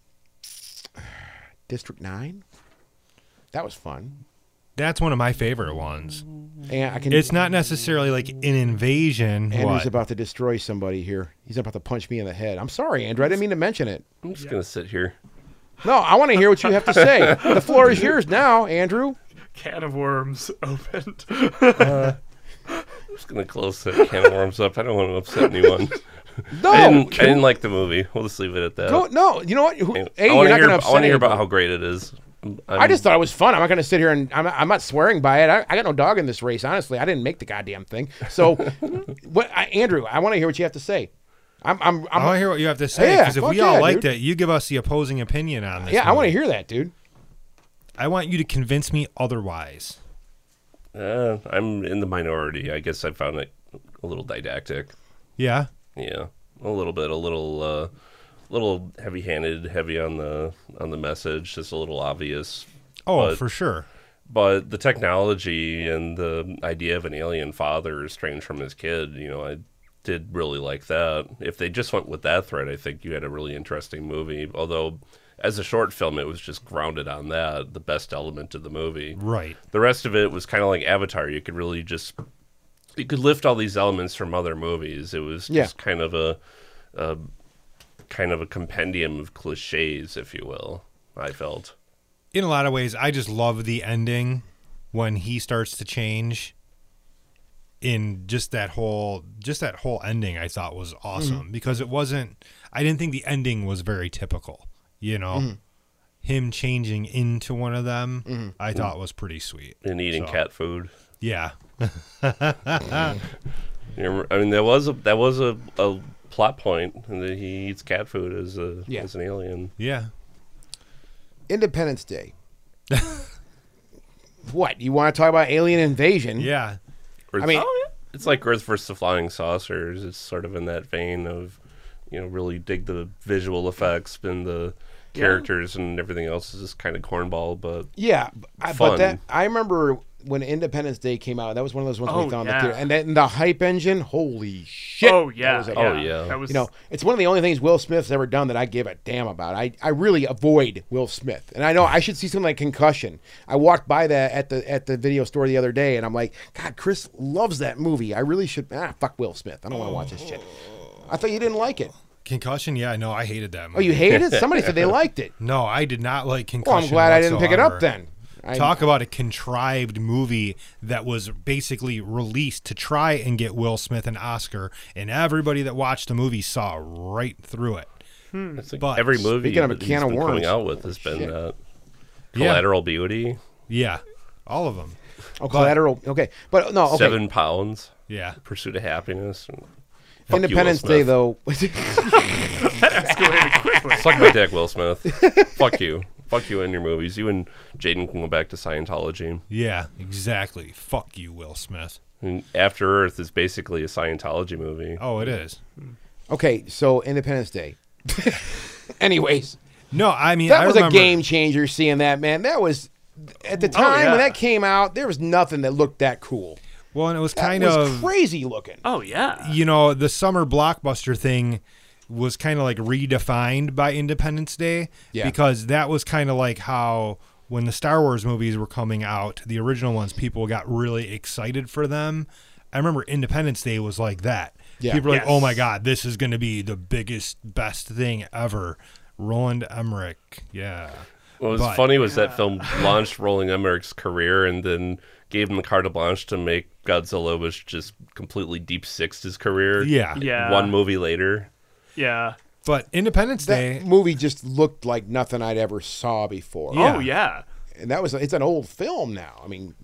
District Nine, that was fun. That's one of my favorite ones. And I can. It's not necessarily like an invasion. Andrew's what? about to destroy somebody here. He's about to punch me in the head. I'm sorry, Andrew. I didn't mean to mention it. i'm just going to sit here No, I want to hear what you have to say. The floor is yours now, Andrew. Can of worms [LAUGHS] opened. i'm just going to close that can of worms up i don't want to [LAUGHS] upset anyone I, No, didn't, I didn't like the movie we'll just leave it at that Oh, go, no. You know what? Who, Anyway, A, i you're want not to hear, gonna ab- I upset wanna hear about anybody. how great it is I'm, I just thought it was fun. I'm not going to sit here and I'm not, I'm not swearing by it. I, I got no dog in this race, honestly. I didn't make the goddamn thing. So, [LAUGHS] what, I, Andrew, I want to hear what you have to say. I'm, I'm, I I'm want to hear what you have to say Yeah, because fuck if we all yeah, liked dude. it, you give us the opposing opinion on this. yeah, I want to hear movie. that, dude. I want you to convince me otherwise. uh, i'm in the minority i guess i found it a little didactic Yeah. Yeah, a little bit, a little, uh, little heavy-handed, heavy on the on the message, just a little obvious. Oh, But- for sure. But the technology and the idea of an alien father estranged from his kid, you know, I did really like that. If they just went with that thread, I think you had a really interesting movie. Although, as a short film, it was just grounded on that, the best element of the movie Right. the rest of it was kind of like Avatar. You could really just you could lift all these elements from other movies. It was Yeah. just kind of a, a kind of a compendium of cliches, if you will. I felt. In a lot of ways, I just love the ending when he starts to change. In just that whole, just that whole ending, I thought was awesome Mm-hmm. because it wasn't. I didn't think the ending was very typical. You know, Mm-hmm. him changing into one of them, I thought was pretty sweet. And eating So- cat food. Yeah. You remember- I mean, that was a that was a, a plot point and that he eats cat food as a Yeah. as an alien. Yeah. Independence Day. what you want to talk about? Alien invasion? Yeah. Or I mean, It's like Earth versus the Flying Saucers. It's sort of in that vein of, you know, really dig the visual effects and the characters and everything else is just kind of cornball. But Yeah, b- I, but Fun. that I remember when Independence Day came out. That was one of those ones we Oh, saw in the yeah. theater, and then the hype engine. Holy shit! Oh That yeah. was a- Oh, yeah. That was You know, it's one of the only things Will Smith's ever done that I give a damn about. I, I really avoid Will Smith, and I know I should see something like Concussion. I walked by that at the at the video store the other day, and I'm like, God, Chris loves that movie. I really should. Ah, fuck Will Smith. I don't want to watch this shit. I thought you didn't like it. Concussion. Yeah. No, I hated that. Movie. Oh, you hated it? Somebody said they liked [LAUGHS] it. No, I did not like concussion. Well, I'm glad I didn't pick it up whatsoever. then. I, Talk about a contrived movie that was basically released to try and get Will Smith an Oscar, and everybody that watched the movie saw right through it. It's like But- every Mm. movie Speaking of a that can he's of been worms. Oh, coming out with has been Shit. that. Yeah. Collateral Beauty, Yeah, all of them. Oh, collateral. Okay, but no. Okay. Seven Pounds, Yeah, Pursuit of Happiness, and fuck you, Will Independence Day Smith. though. [LAUGHS] Escalated quickly. Suck my [LAUGHS] dick, Will Smith. Fuck you. Fuck you and your movies. You and Jaden can go back to Scientology. yeah, exactly. Fuck you, Will Smith. And After Earth is basically a Scientology movie. Oh, it is. okay, so Independence Day. [LAUGHS] Anyways, No, I mean that I was remember, Oh, a game changer. Seeing that man, that was at the time yeah. when that came out. There was nothing that looked that cool. Well, and it was That kind was of crazy looking. Oh yeah. you know the summer blockbuster thing was kind of like redefined by Independence Day Yeah. because that was kind of like how when the Star Wars movies were coming out, the original ones, people got really excited for them. I remember Independence Day was like that. Yeah. People were like, "Oh Yes. my god, this is going to be the biggest best thing ever." Roland Emmerich. Yeah. What was But- funny was that film launched Rolling Emmerich's career and then gave him the carte blanche to make Godzilla, which just completely deep sixed his career. Yeah. Yeah. One movie later. Yeah. But Independence Day That movie just looked like nothing I'd ever saw before. Yeah. Oh yeah. and that was it's an old film now. I mean,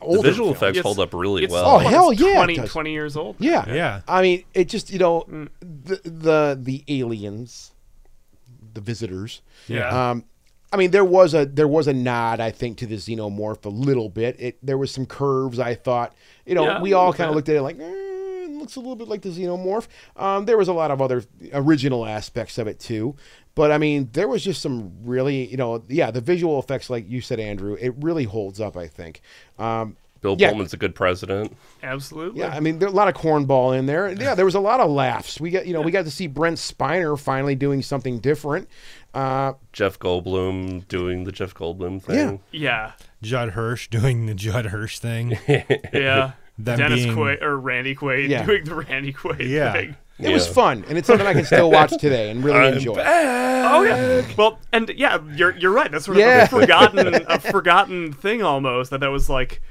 older the visual film. effects It's- hold up really it's- well. Oh, hell it's yeah, it 20, does. 20 years old. Yeah, Yeah. I mean, it just you know the the the aliens, the visitors. Yeah. Um, I mean, there was a there was a nod, I think, to the xenomorph a little bit. It there was some curves. I thought, you know, Yeah, we all a kind of bit. looked at it like. "Eh, it Looks a little bit like the xenomorph. Um, there was a lot of other original aspects of it too, but I mean, there was just some really, you know, yeah, the visual effects, like you said, Andrew, it really holds up. I think. Um, Bill Yeah. Pullman's a good president. Absolutely. yeah, I mean, there a lot of cornball in there. Yeah, there was a lot of laughs. We got, you know, we got to see Brent Spiner finally doing something different. Uh, Jeff Goldblum doing the Jeff Goldblum Yeah. thing. Yeah. Judd Hirsch doing the Judd Hirsch thing. Yeah. Them Dennis being- Quaid or Randy Quaid Yeah. doing the Randy Quaid Yeah. thing. it was Yeah. fun, and it's something I can still watch today and [LAUGHS] really enjoy. Oh yeah. Well, and yeah, you're you're right. That's sort of Yeah. a forgotten [LAUGHS] a forgotten thing almost that that was like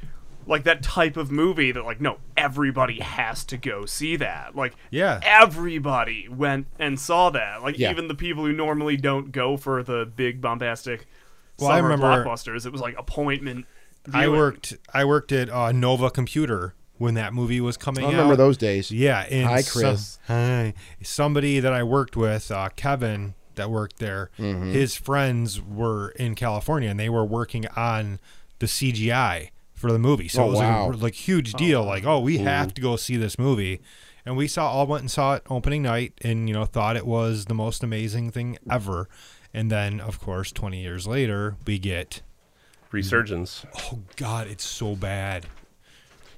like that type of movie that like no everybody has to go see that like Yeah. everybody went and saw that like Yeah. even the people who normally don't go for the big bombastic Well, I summer remember- blockbusters it was like appointment I viewing. worked I worked at uh, Nova Computer when that movie was coming I out. remember those days. Yeah, and Hi, so- Chris. hi. Somebody that I worked with, uh, Kevin, that worked there. Mm-hmm. His friends were in California, and they were working on the CGI for the movie. So Oh, it was wow. like a like huge deal. Like, oh, we have to go see this movie, and we saw all went and saw it opening night, and you know thought it was the most amazing thing ever. And then, of course, twenty years later, we get Resurgence. oh god, it's so bad.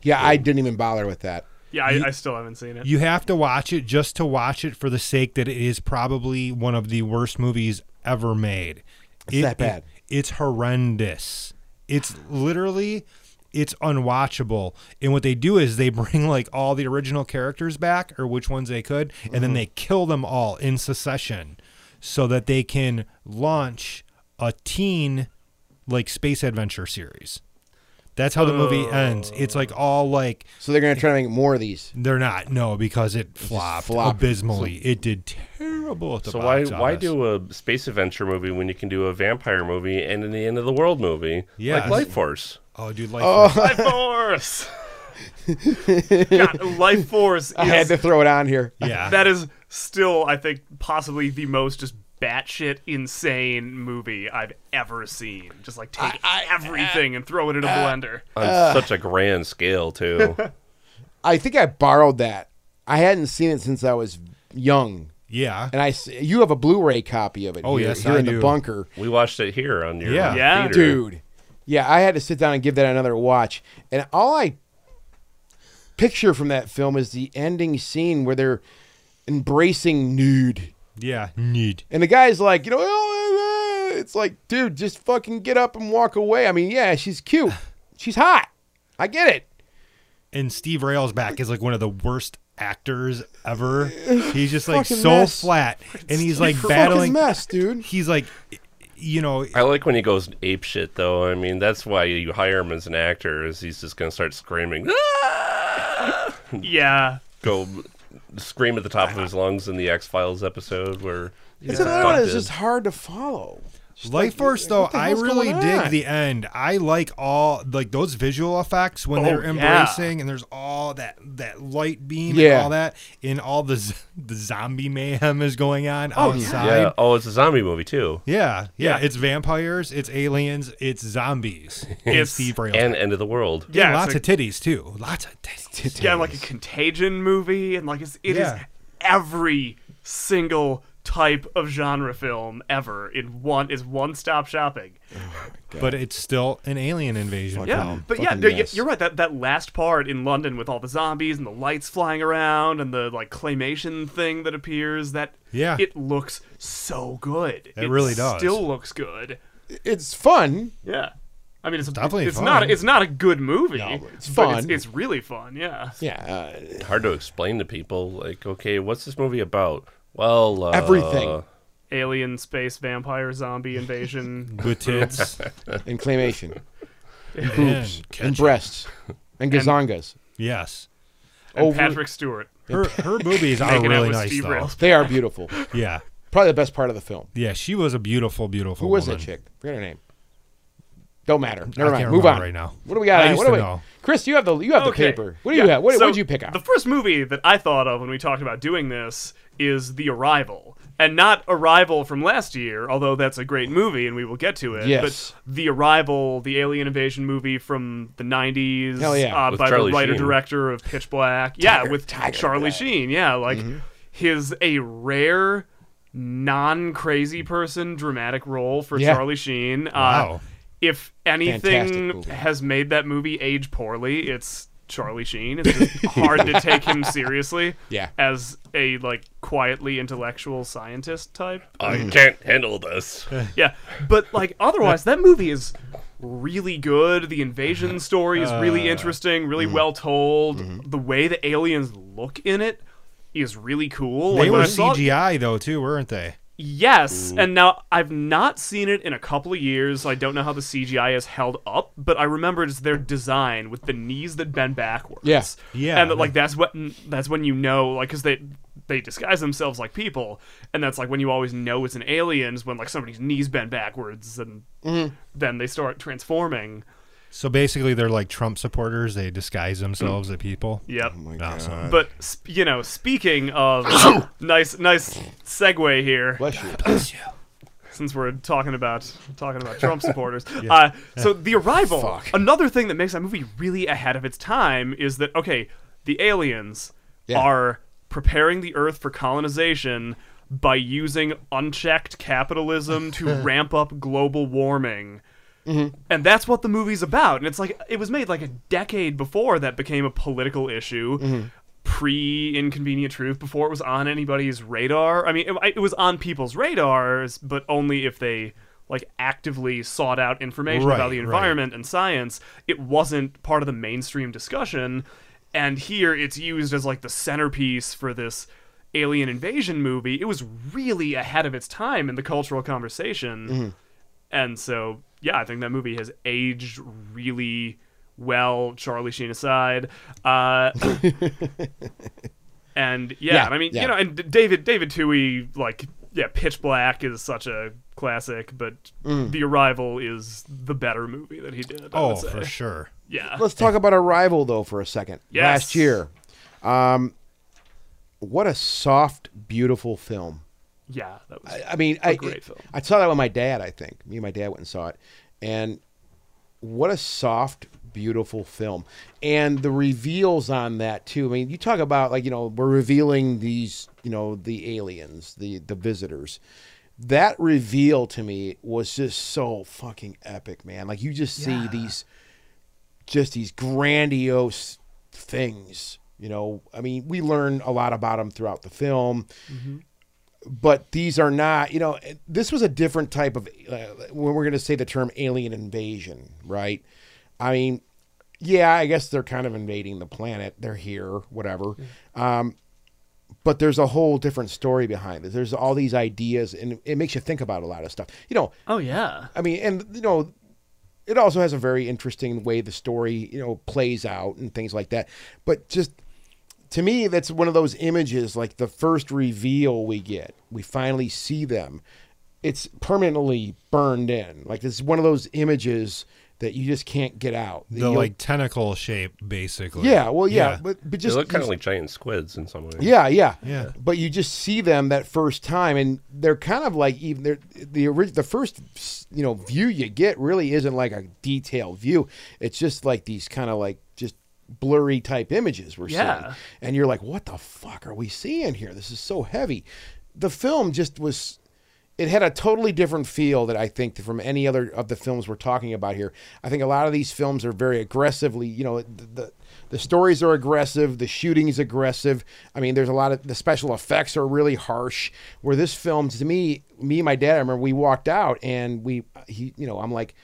Yeah, I didn't even bother with that. yeah I, I still haven't seen it You have to watch it just to watch it for the sake that it is probably one of the worst movies ever made. It's that bad. it's horrendous. It's literally it's unwatchable. And what they do is they bring like all the original characters back or which ones they could and Mm-hmm. then they kill them all in succession so that they can launch a teen like space adventure series. That's how the movie ends. It's like all like So they're gonna try to make more of these. they're not. No, because it flopped flopped. abysmally. it did terrible at the So why box why office. do a space adventure movie when you can do a vampire movie and an the end of the world movie Yes. like Life Force? Oh, dude, like Life Force. God, Life Force. Is, I had to throw it on here. [LAUGHS] yeah, [LAUGHS] That is still, I think, possibly the most just batshit insane movie I've ever seen. Just like take everything and throw it in a blender. On such a grand [LAUGHS] scale too. I think I borrowed that. I hadn't seen it since I was young, yeah. and I s- you have a Blu-ray copy of it. Oh, here, yes, here I in the do. bunker. we watched it here on your Yeah. Yeah. theater. dude. Yeah, I had to sit down and give that another watch, and all I picture from that film is the ending scene where they're embracing nude, yeah, need. and the guy's like, you know, "Oh, eh, eh." it's like, dude, just fucking get up and walk away. I mean, yeah, she's cute, she's hot, I get it. And Steve Railsback is like one of the worst actors ever. He's just like Fucking so mess. flat, and he's like Fucking battling. mess, dude. He's like, you know, I like when he goes ape shit though. I mean, that's why you hire him as an actor is he's just gonna start screaming, "Ah!" Yeah. go scream at the top of his lungs in the X Files episode where It's another one that's Adopted. just hard to follow. Just Life like, Force, though, what the I hell's really going dig on? the end. I like all like those visual effects when Oh, they're yeah. embracing, and there's all that that light beam Yeah. and all that, and all the z- [LAUGHS] the zombie mayhem is going on outside. Yeah. Oh, it's a zombie movie too. Yeah, yeah, Yeah. it's vampires, it's aliens, it's zombies, It's- it's Steve Rail, And End of the World. Yeah, it's lots like- of titties too, lots of titties. yeah, and, like a contagion movie, and like it's, it is Yeah. every single type of genre film ever in one is one stop shopping. But it's still an alien invasion. Yeah, film. but yeah, fucking no, y- yes. you're right. That that last part in London with all the zombies and the lights flying around and the like claymation thing that appears that Yeah. it looks so good. It really does. Still looks good. It's fun. Yeah. I mean, it's, a, definitely it's fun. not it's not a good movie. it's but It's, fun. it's really fun. Yeah. Yeah, uh, Hard to explain to people. Like, okay, what's this movie about? Well, uh, Everything. Alien space vampire [LAUGHS] zombie invasion with tits, and claymation, and boobs, ketchup. and breasts, and gazongas. yes. and Over- Patrick Stewart Her her boobies are making Oh, out really with nice Steve though. Rails. They are beautiful. Yeah, Probably the best part of the film. yeah, she was a beautiful, beautiful. Who was woman. that chick? Forget her name. Don't matter. Never I mind. can't Move on remember right now. What do we got? I used what do to we? know. Chris, you have the you have the Okay. paper. What do Yeah, you have? What, so what'd you pick out? The first movie that I thought of when we talked about doing this is The Arrival. And not Arrival from last year, although that's a great movie and we will get to it. Yes. But The Arrival, the alien invasion movie from the 90s Hell yeah. uh, With by Charlie the writer Sheen. director of Pitch Black. yeah, with Charlie Sheen. Yeah, like Mm-hmm. his a rare non crazy person dramatic role for Yeah. Charlie Sheen. Uh, Wow. if Fantastic anything movie. has made that movie age poorly, it's Charlie Sheen. It's [LAUGHS] just hard to take him seriously Yeah. as a like quietly intellectual scientist type. I Mm. can't [LAUGHS] handle this. Yeah, but like otherwise, that movie is really good. The invasion story is Uh, really interesting, really mm-hmm. well told. The way the aliens look in it is really cool. They Like, when were I saw it- CGI though too, weren't they? Yes, and now I've not seen it in a couple of years. So I don't know how the CGI has held up, but I remember it's their design with the knees that bend backwards. Yeah. Yeah. and that, like that's what that's when you know, like, because they they disguise themselves like people, and that's like when you always know it's an alien is when like somebody's knees bend backwards, and then they start transforming. So basically, they're like Trump supporters. They disguise themselves as people. Oh, Yep. Oh, Awesome. But sp- you know, speaking of nice, nice segue here. Bless you. since we're talking about talking about [LAUGHS] Trump supporters. uh, so the arrival. Fuck. Another thing that makes that movie really ahead of its time is that okay, the aliens Yeah. are preparing the Earth for colonization by using unchecked capitalism [LAUGHS] to ramp up global warming. And that's what the movie's about. And it's like it was made like a decade before that became a political issue. Mm-hmm. Pre Inconvenient Truth, before it was on anybody's radar. I mean, it, it was on people's radars, but only if they like actively sought out information Right, about the right. environment and science. It wasn't part of the mainstream discussion. And here it's used as like the centerpiece for this alien invasion movie. It was really ahead of its time in the cultural conversation. Mm-hmm. And so, yeah, I think that movie has aged really well, Charlie Sheen aside. [LAUGHS] Uh, and yeah, Yeah, and I mean, yeah. you know, and D- David David Toohey, like, yeah, Pitch Black is such a classic, but Mm. The Arrival is the better movie that he did. I Oh, would say. for sure. Yeah. Let's talk about Arrival though for a second. Yes. Last year, um, what a soft, beautiful film. yeah, that was. I mean, I great film. I saw that with my dad. I think me and my dad went and saw it, and what a soft, beautiful film. And the reveals on that too. I mean, you talk about like you know we're revealing these you know the aliens, the the visitors. That reveal to me was just so fucking epic, man. Like you just see these just these grandiose things. You know, I mean, we learn a lot about them throughout the film, but these are not. You know, this was a different type of uh, when we're going to say the term alien invasion, right? I mean, yeah, I guess they're kind of invading the planet. They're here, whatever. Mm. Um, but there's a whole different story behind it. There's all these ideas, and it makes you think about a lot of stuff. You know, oh yeah. I mean, and you know, it also has a very interesting way the story you know plays out and things like that. But just to me, that's one of those images like the first reveal we get. We finally see them. It's permanently burned in. Like this is one of those images that you just can't get out. the You'll- like tentacle shape, basically. yeah, well, yeah, yeah. but but They just look kind you- of like giant squids in some ways. yeah, yeah, Yeah. But you just see them that first time, and they're kind of like even they're the original. The first you know view you get really isn't like a detailed view. It's just like these kind of like just blurry type images we're Yeah. seeing, and you're like, what the fuck are we seeing here? This is so heavy. The film just was. It had a totally different feel that I think from any other of the films we're talking about here. I think a lot of these films are very aggressively, you know, the, the the stories are aggressive, the shooting is aggressive. I mean, there's a lot of the special effects are really harsh. Where this film, to me, me and my dad, I remember we walked out and we, he, you know, I'm like,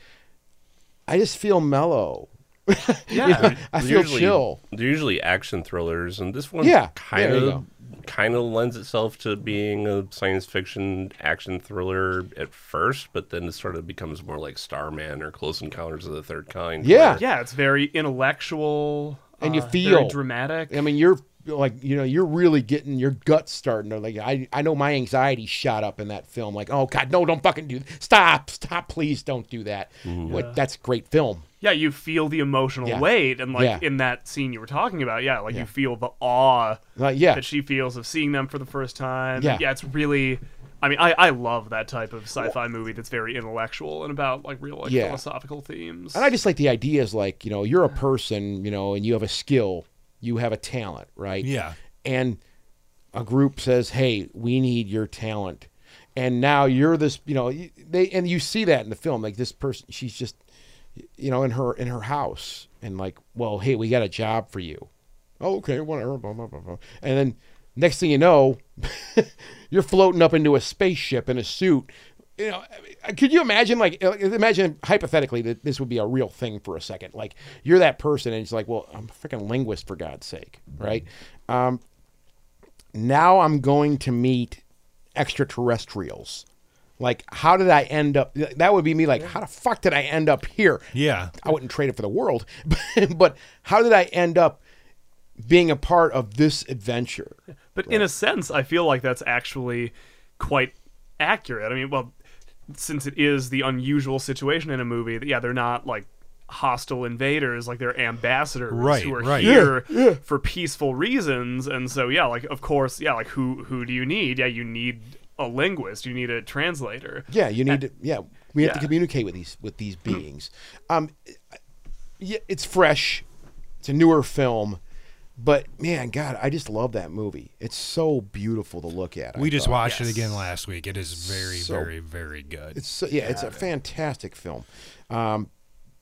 I just feel mellow. [LAUGHS] Yeah. I They're feel usually- chill. They're usually action thrillers, and this one Yeah, kind there you of kind of lends itself to being a science fiction action thriller at first, but then it sort of becomes more like Starman or Close Encounters of the Third Kind. Yeah. where- yeah, it's very intellectual And you uh, feel- very dramatic. I mean, you're like, you know, you're really getting your guts starting to like. I, I know my anxiety shot up in that film. Like, oh God, no, don't fucking do. Stop, stop, please, don't do that. What? That's great film. yeah, you feel the emotional Yeah. weight, and like Yeah. in that scene you were talking about, yeah, like you feel the awe Like, Uh, yeah, that she feels of seeing them for the first time. Yeah. it's really. I mean, I, I love that type of sci-fi movie that's very intellectual and about like real like Yeah. philosophical themes. And I just like the idea is like, you know, you're a person, you know, and you have a skill, you have a talent, right? Yeah. And a group says, hey, we need your talent. And now you're this, you know, you- they, and you see that in the film, like this person, she's just, you know, in her, in her house and like, well, hey, we got a job for you. Oh, okay, whatever. Blah, blah, blah, blah. And then next thing you know, [LAUGHS] you're floating up into a spaceship in a suit. You know, I mean, could you imagine? Like, uh, imagine hypothetically that this would be a real thing for a second. Like, you're that person, and it's like, well, I'm a freaking linguist for God's sake, right? Um, now I'm going to meet extraterrestrials. Like, how did I end up? That would be me. Like, how the fuck did I end up here? Yeah. I wouldn't trade it for the world, [LAUGHS] but how did I end up being a part of this adventure? But in a sense, I feel like that's actually quite accurate. I mean, well, since it is the unusual situation in a movie, that yeah, they're not like hostile invaders, like they're ambassadors Right, who are right. here for peaceful reasons. And so, yeah, like of course, yeah, like who who do you need? Yeah, you need a linguist, you need a translator. Yeah, you need to. Yeah, we have to Yeah. communicate with these with these beings. Um, yeah, it's fresh. It's a newer film, but man, God, I just love that movie. It's so beautiful to look at. I We just thought. watched it yes. again last week. It is very, So- very, very good. It's so, yeah, it's a fantastic film. Um,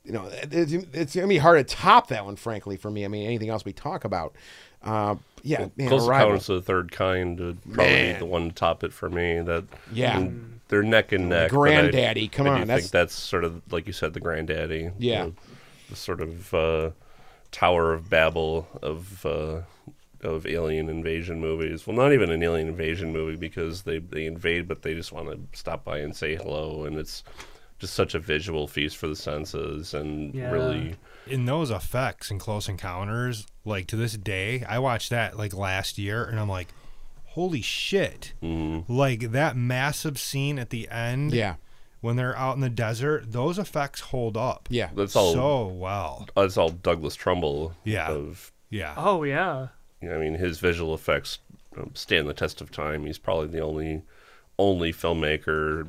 you know, it- it's, it's gonna be hard to top that one, frankly, for me. I mean, anything else we talk about. Uh, yeah, man, Close Arrival. Encounters of the Third Kind would probably be the one to top it for me. That Yeah. and they're neck and neck. but I- Granddaddy, come I do on, think that's- that's... sort of like you said, the granddaddy. Yeah. the, the sort of uh, Tower of Babel of uh, of alien invasion movies. Well, not even an alien invasion movie because they they invade, but they just want to stop by and say hello, and it's just such a visual feast for the senses and Yeah. really in those effects in Close Encounters, like to this day, I watched that like last year and I'm like, holy shit. Mm-hmm. Like that massive scene at the end. Yeah. When they're out in the desert, those effects hold up. Yeah, Oh. that's all So well. that's all Douglas Trumbull Yeah. of Yeah. Oh yeah. you know, I mean, his visual effects um, stand the test of time. He's probably the only only filmmaker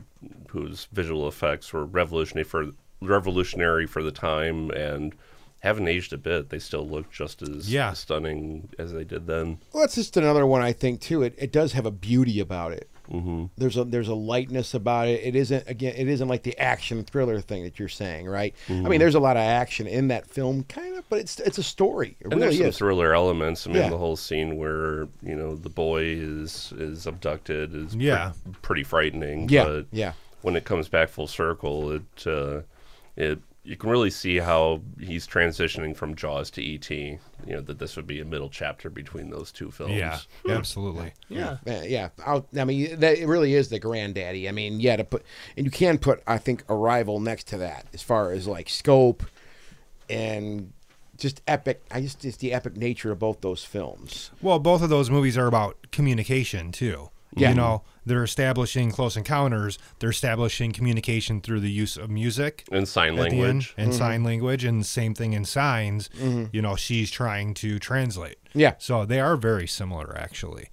whose visual effects were revolutionary for revolutionary for the time and haven't aged a bit. They still look just as Yeah. stunning as they did then. Well, that's just another one I think too. It it does have a beauty about it. Mm-hmm. There's a there's a lightness about it. It isn't again. It isn't like the action thriller thing that you're saying, right? I Mm-hmm. mean, there's a lot of action in that film, kind of, but it's it's a story. It And really there's is. some thriller elements. I mean, Yeah. the whole scene where you know the boy is is abducted is pre- Yeah. pretty frightening. Yeah, but yeah. When it comes back full circle, it uh, it you can really see how he's transitioning from Jaws to ET. You know that this would be a middle chapter between those two films. Yeah. Hmm. Absolutely. Yeah. Uh, yeah, I'll, I mean that it really is the granddaddy. I mean, yeah, to put and you can put I think Arrival next to that as far as like scope and just epic. I just just the epic nature of both those films. Well, both of those movies are about communication too. Yeah. You know, they're establishing close encounters. They're establishing communication through the use of music and sign at the end language. and Mm-hmm. sign language, and same thing in signs. You know, she's trying to translate. Yeah. Mm-hmm. So they are very similar, actually.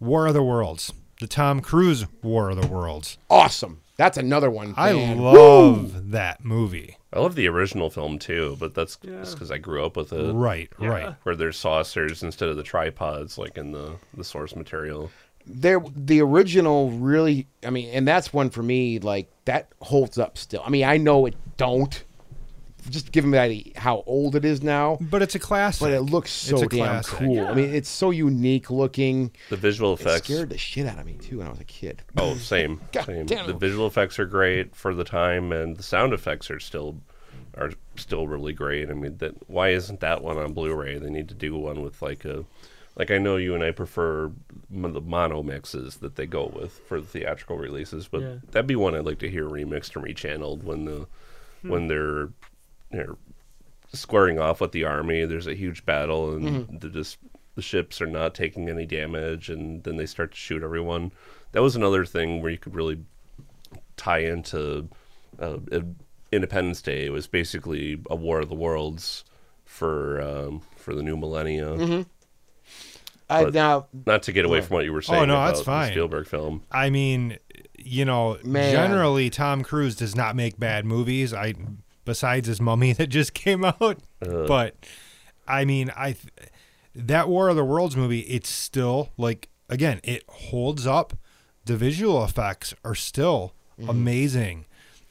War of the Worlds, the Tom Cruise War of the Worlds. Awesome. That's another one. I man. love that movie. I love the original film too, but that's because I grew up with it. Right, right. Where there's saucers instead of the tripods, like in the, the source material. there the original really i mean and that's one for me like that holds up still i mean i know it don't just given that how old it is now But it's a classic. but it looks so It's a damn classic. cool i mean it's so unique looking The visual it effects. scared the shit out of me too when i was a kid Oh, same, God same. damn. The visual effects are great for the time, and the sound effects are still are still really great. I mean, that why isn't that one on Blu-ray? They need to do one with like a like I know you and I prefer m- the mono mixes that they go with for the theatrical releases, but Yeah. that'd be one I'd like to hear remixed and rechanneled when the Hmm. when they're they're squaring off with the army. There's a huge battle, and the just the ships are not taking any damage, and then they start to shoot everyone. That was another thing where you could really tie into uh, uh, Independence Day. It was basically a War of the Worlds for um, for the new millennia. I, But- now Not to get away from what you were saying Oh, no, about that's fine. the Spielberg film. I mean, you know, Man. generally Tom Cruise does not make bad movies. I besides his Mummy [LAUGHS] that just came out, but I mean, I th- that War of the Worlds movie, it's still like again, it holds up. The visual effects are still Mm-hmm. amazing.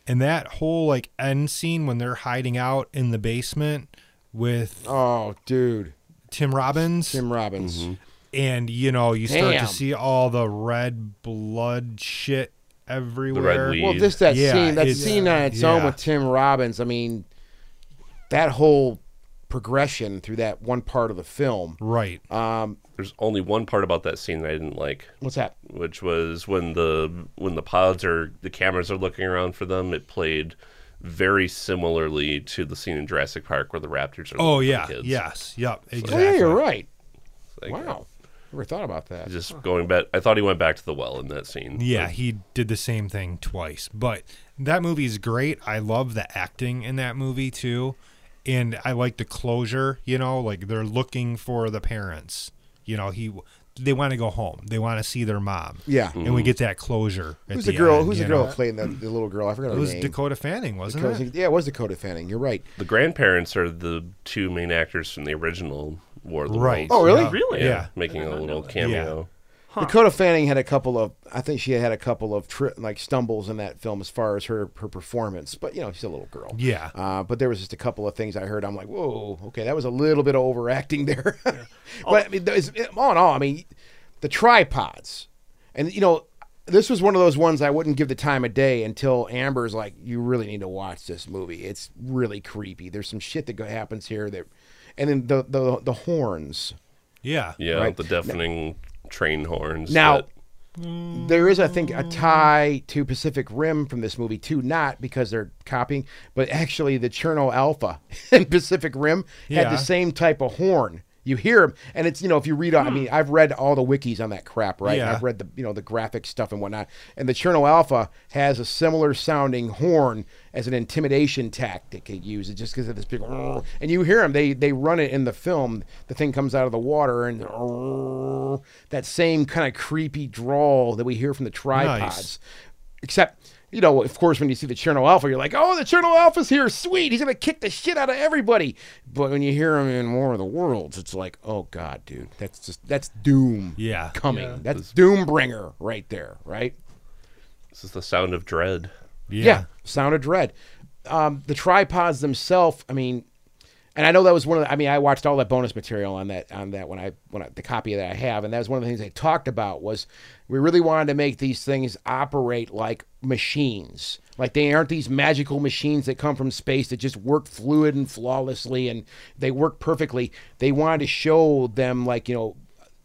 And that whole like end scene when they're hiding out in the basement with oh dude Tim Robbins tim robbins and you know you start Damn. to see all the red blood shit everywhere. weed. well just that Yeah, scene that it's- scene on its own yeah. with tim robbins i mean that whole progression through that one part of the film Right. There's only one part about that scene that I didn't like. what's that which was when the when the pods are the cameras are looking around for them. It played very similarly to the scene in Jurassic Park where the raptors are. oh looking for yeah. the kids. Yes. Yep. Oh, Exactly. yeah, you're right. Like, Wow. Never thought about that. Just going back, I thought he went back to the well in that scene. Yeah, he did the same thing twice. But that movie's great. I love the acting in that movie too. And I like the closure, you know, like they're looking for the parents. You know, he they want to go home. They want to see their mom. Yeah. And Mm-hmm. we get that closure. at Who's the the girl? end, who's the you girl know? that played the, the little girl? I forgot her It was name. Dakota Fanning, wasn't it? yeah, it was Dakota Fanning. You're right. the grandparents are the two main actors from the original War of the Right. Worlds. Oh, really? Yeah. Really? yeah, yeah. making a little Yeah. cameo. Dakota Fanning had a couple of. I think she had a couple of tri- like stumbles in that film as far as her her performance. But you know, she's a little girl. Yeah. Uh, but there was just a couple of things I heard. I'm like, whoa, okay, that was a little bit of overacting there. [LAUGHS] but I mean, there's- all in all, I mean, the tripods, and you know, this was one of those ones I wouldn't give the time of day until Amber's like, you really need to watch this movie. It's really creepy. There's some shit that go- happens here that, and then the the the horns. Yeah. Yeah, Right. the deafening train horns. Now, that- there is, I think, a tie to Pacific Rim from this movie too. Not because they're copying, but actually the Cherno Alpha [LAUGHS] in Pacific Rim had Yeah. the same type of horn. You hear them, and it's you know if you read on. I mean, I've read all the wikis on that crap, right? Yeah. I've read the you know the graphic stuff and whatnot. And the Cherno Alpha has a similar sounding horn as an intimidation tactic it uses, just because of this big. And you hear them; they they run it in the film. The thing comes out of the water, and that same kind of creepy drawl that we hear from the tripods. Except, you know, of course, when you see the Cherno Alpha, you're like, oh, the Cherno Alpha's here. Sweet. He's going to kick the shit out of everybody. But when you hear him in War of the Worlds, it's like, oh, God, dude. That's just, that's doom Yeah. coming. That's Doombringer right there, right? this is the sound of dread. Yeah. Sound of Dread. Um, the tripods themselves, I mean, and I know that was one of the, I mean, I watched all that bonus material on that, on that when I, when I, the copy that I have. And that was one of the things they talked about was we really wanted to make these things operate like machines. Like they aren't these magical machines that come from space that just work fluid and flawlessly and they work perfectly. They wanted to show them like, you know,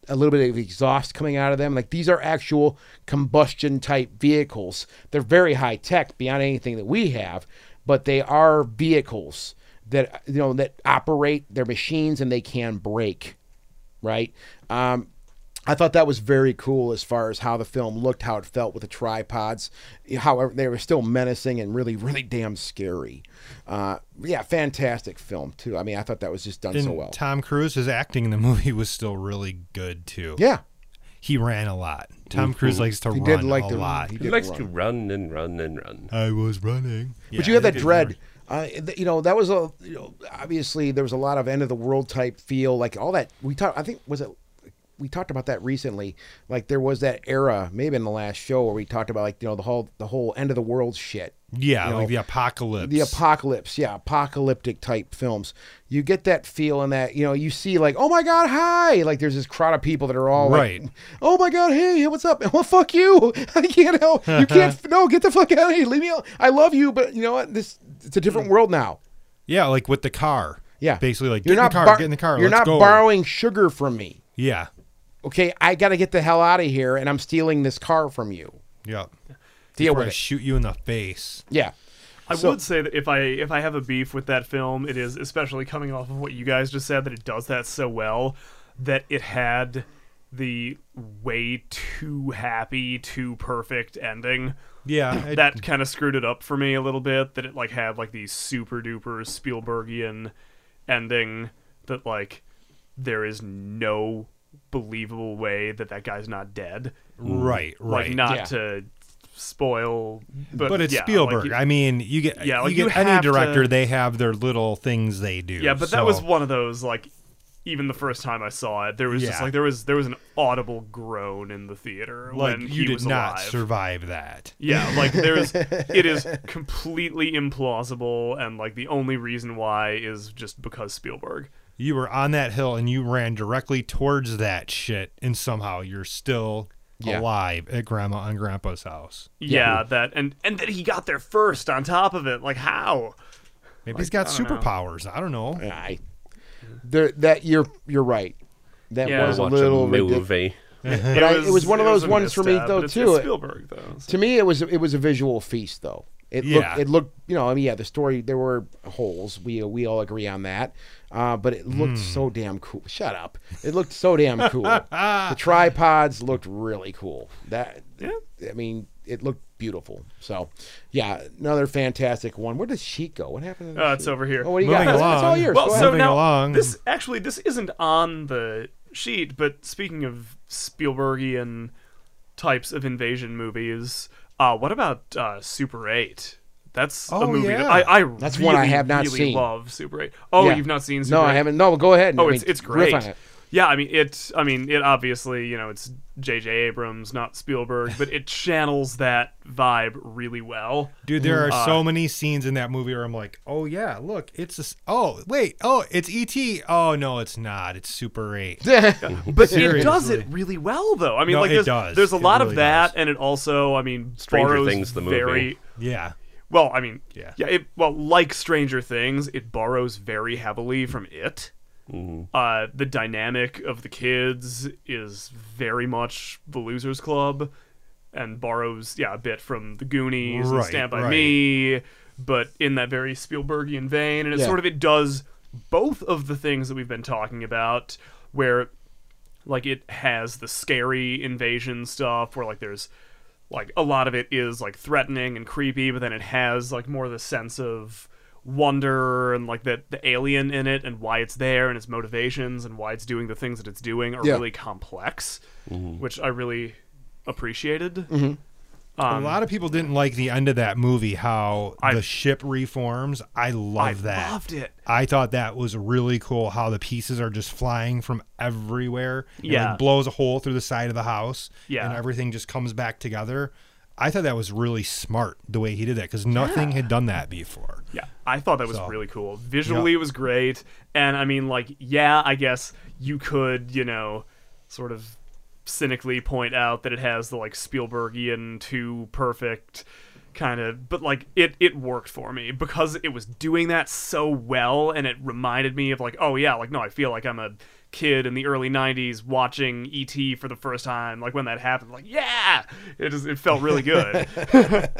a little bit of exhaust coming out of them. Like these are actual combustion type vehicles. They're very high tech beyond anything that we have, but they are vehicles that you know that operate their machines and they can break, right? Um, I thought that was very cool as far as how the film looked, how it felt with the tripods. However, they were still menacing and really, really damn scary. Uh, yeah, fantastic film too. I mean, I thought that was just done And so well. Tom Cruise, his acting in the [LAUGHS] movie was still really good too. yeah, he ran a lot. Tom Cruise likes to he run did like a to lot. He He did likes run. to run and run and run. I was running, but you have that dread. Uh, th- you know that was a you know, obviously there was a lot of end of the world type feel like all that we talked I think was it we talked about that recently like there was that era maybe in the last show where we talked about like you know the whole the whole end of the world shit Yeah, you know, like the apocalypse. the apocalypse yeah apocalyptic type films you get that feel and that you know you see like oh my god hi like there's this crowd of people that are all right Right. [LAUGHS] oh my god hey what's up [LAUGHS] well fuck you i can't help you [LAUGHS] can't no get the fuck out of here leave me alone i love you but you know what this it's a different world now yeah, like with the car. yeah basically like you're get in not the car, bor- get in the car. you're let's not go. borrowing sugar from me Yeah, okay i gotta get the hell out of here and i'm stealing this car from you yeah. deal Or with it shoot you in the face. yeah I So- would say that if I if I have a beef with that film, it is especially coming off of what you guys just said that it does that so well that it had the way too happy, too perfect ending. Yeah, I- that kind of screwed it up for me a little bit that it like had like the super duper Spielbergian ending that like there is no believable way that that guy's not dead. right, right. Like not Yeah. to spoil, but, but it's yeah, like, Spielberg. you- I mean, you get Yeah, like, you you get any have to- director, they have their little things they do. Yeah, but that was so- one of those like even the first time I saw it, there was just Yeah. like there was there was an audible groan in the theater like when you he did was not alive. survive that. Yeah, [LAUGHS] like there's it is completely implausible and like the only reason why is just because Spielberg. You were on that hill and you ran directly towards that shit, and somehow you're still Yeah. alive at grandma and grandpa's house. Yeah, that and and that he got there first on top of it. Like how? Maybe he's got superpowers. I don't know. I, there that you're you're right that Yeah. was a Watch little ridiculous. movie. But I, it was one of it those a ones for me misstep, though but it's- too. it's It- Spielberg though. so- to me, it was it was a visual feast though. It Yeah. looked it looked you know I mean yeah the story there were holes we we all agree on that, uh, but it Hmm. looked so damn cool. Shut up! It looked so damn [LAUGHS] cool. the tripods looked really cool. That I mean it looked beautiful. So yeah, another fantastic one. Where does she go? What happened? To Uh, it's Sheik? over here. Oh, what do you Moving got? It's- It's all along. yours. Well, Go so ahead. Moving now along. this actually this isn't on the sheet, but speaking of Spielbergian types of invasion movies, uh, what about uh, Super Eight? That's a Oh, movie yeah. that I, I That's really, one I have not really seen. love. Super Eight. Oh, Yeah. you've not seen Super No, 8? I haven't. No, go ahead. Oh, I it's mean, it's riff great. on it. Yeah, I mean it. I mean it. Obviously, you know, it's J.J. Abrams, not Spielberg, but it channels that vibe really well. Dude, there are so Mm. many scenes in that movie where I'm like, oh yeah, look, it's a s oh wait, oh it's E.T. Oh no, it's not. It's Super Eight. [LAUGHS] But Seriously. it does it really well, though. I mean, No, like it there's, does. there's a It lot really of that, does. and it also, I mean, Stranger borrows Things, the movie. very, Yeah, Well, I mean, Yeah. yeah, it, well, like Stranger Things, it borrows very heavily from it. Uh, the dynamic of the kids is very much the Losers Club, and borrows yeah a bit from the Goonies Right, and Stand by right. Me, but in that very Spielbergian vein, and it Yeah. sort of it does both of the things that we've been talking about, where like it has the scary invasion stuff where like there's like a lot of it is like threatening and creepy but then it has like more of the sense of wonder and like the, the alien in it and why it's there and its motivations and why it's doing the things that it's doing are Yeah. really complex Mm-hmm. which i really appreciated a lot of people didn't like the end of that movie. How Um, I- the ship reforms. I i love that. loved it I thought that was really cool. How the pieces are just flying from everywhere. It, like, Yeah. blows a hole through the side of the house. Yeah. and everything just comes back together. I thought that was really smart the way he did that because nothing had done that before. Yeah, I thought that was So- really cool. Visually, it was great, and I mean, like, yeah, I guess you could, you know, sort of cynically point out that it has the like Spielbergian too perfect kind of but like it it worked for me because it was doing that so well and it reminded me of like oh yeah like no i feel like i'm a kid in the early 90s watching et for the first time like when that happened like yeah it just it felt really [LAUGHS] good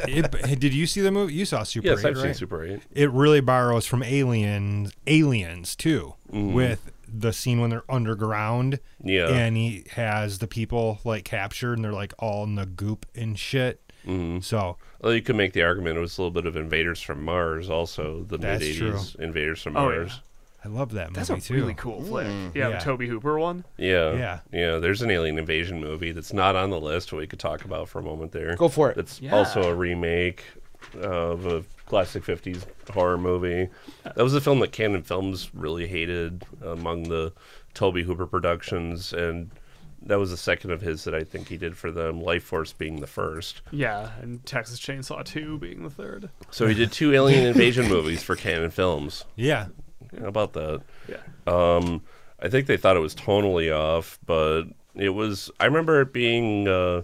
It- did you see the movie? You saw Super Yes, 8, I've seen right? Super 8. It really borrows from Aliens, Aliens too, with the scene when they're underground. Mm-hmm. Yeah. and he has the people like captured, and they're like all in the goop and shit. Mm-hmm. So Well, you could make the argument it was a little bit of Invaders from Mars, also the mid That's '80s Invaders from Oh, yeah. Mars. I love that that's a movie too. Mm. really cool flick yeah, Yeah. the toby hooper one Yeah. Yeah. There's an alien invasion movie that's not on the list we could talk about for a moment there. Go for it. That's Yeah. also a remake of a classic 50s horror movie. That was a film that Canon Films really hated among the Toby Hooper productions and that was the second of his that I think he did for them, Life Force being the first. yeah and texas chainsaw 2 being the third So he did two alien invasion movies for Canon Films. Yeah, How about that? yeah Um, I think they thought it was tonally off, but it was. I remember it being uh,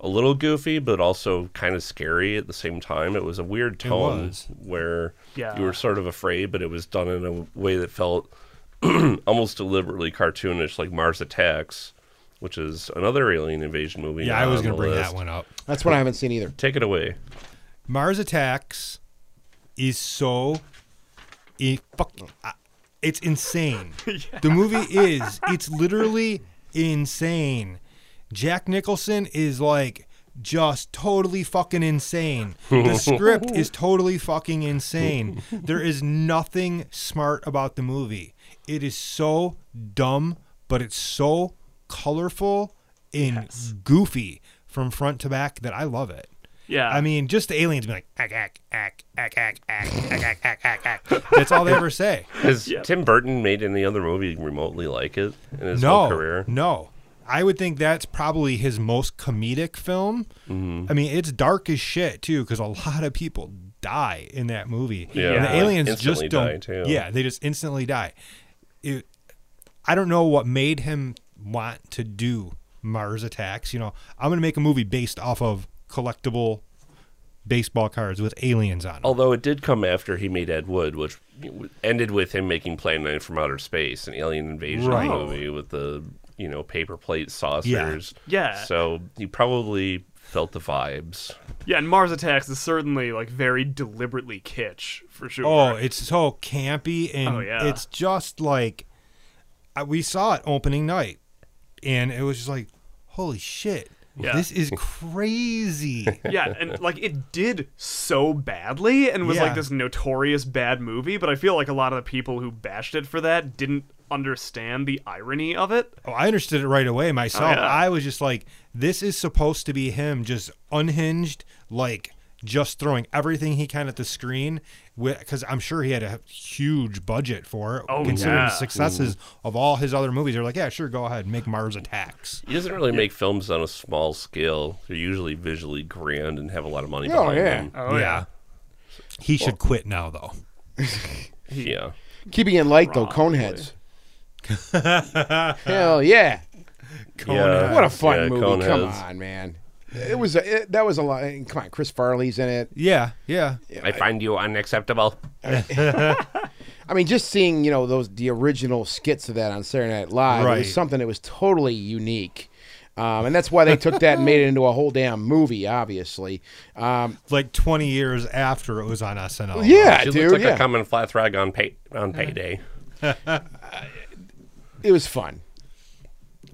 a little goofy, but also kind of scary at the same time. It was a weird tone was. where Yeah. you were sort of afraid, but it was done in a way that felt [CLEARS THROAT] almost deliberately cartoonish, like Mars Attacks, which is another alien invasion movie. yeah. not I was on gonna the bring that list. one up. [LAUGHS] That's one I haven't seen either. Take it away. Mars Attacks is so it fuck, I- it's insane. The movie is it's literally insane. Jack Nicholson is like just totally fucking insane. The script is totally fucking insane. There is nothing smart about the movie. It is so dumb, but it's so colorful and goofy from front to back that I love it. yeah I mean, just the aliens being like, ack, ack, ack, ack, ack, ack, ack, ack, ack, ack, ack. That's all they ever say. Has Tim Burton made any other movie remotely like it in [LAUGHS] his no, whole career? no. I would think that's probably his most comedic film. Mm-hmm. I mean, it's dark as shit too, because a lot of people die in that movie. Yeah, and the like, aliens instantly just don't. die, too. Yeah, they just instantly die. It, I don't know what made him want to do Mars Attacks. You know, I'm gonna make a movie based off of collectible baseball cards with aliens on them. Although it did come after he made Ed Wood, which ended with him making Plan 9 from Outer Space, an alien invasion Right. movie with the, you know, paper plate saucers. Yeah. So he probably felt the vibes. yeah and mars attacks is certainly like very deliberately kitsch for sure Oh, it's so campy and Oh, yeah. it's just like I- we saw it opening night and it was just like holy shit. Yeah. This is crazy. yeah, and like it did so badly and was like Yeah. this notorious bad movie, but I feel like a lot of the people who bashed it for that didn't understand the irony of it. oh, I understood it right away myself. Oh, yeah. I was just like this is supposed to be him just unhinged like just throwing everything he can at the screen because I'm sure he had a huge budget for it. Oh, considering yeah. the successes of all his other movies, they're like, yeah, sure, go ahead, make Mars attacks. He doesn't really make films on a small scale. They're usually visually grand and have a lot of money Oh, behind yeah. them. Oh yeah. He should quit now, though. Yeah. Keeping in light though, Coneheads. [LAUGHS] Hell yeah! yeah. What a fun Yeah, movie! Come Coneheads. on, man. It was a, it, that was a lot. and Come on, Chris Farley's in it. Yeah, yeah. I find you unacceptable. I mean, just seeing you know those the original skits of that on Saturday Night Live it Right. was something that was totally unique, um, and that's why they took that and made it into a whole damn movie. Obviously, um, Like 20 years after it was on SNL. yeah, She dude, looks like yeah, a common flat rag on pay on payday. it was fun.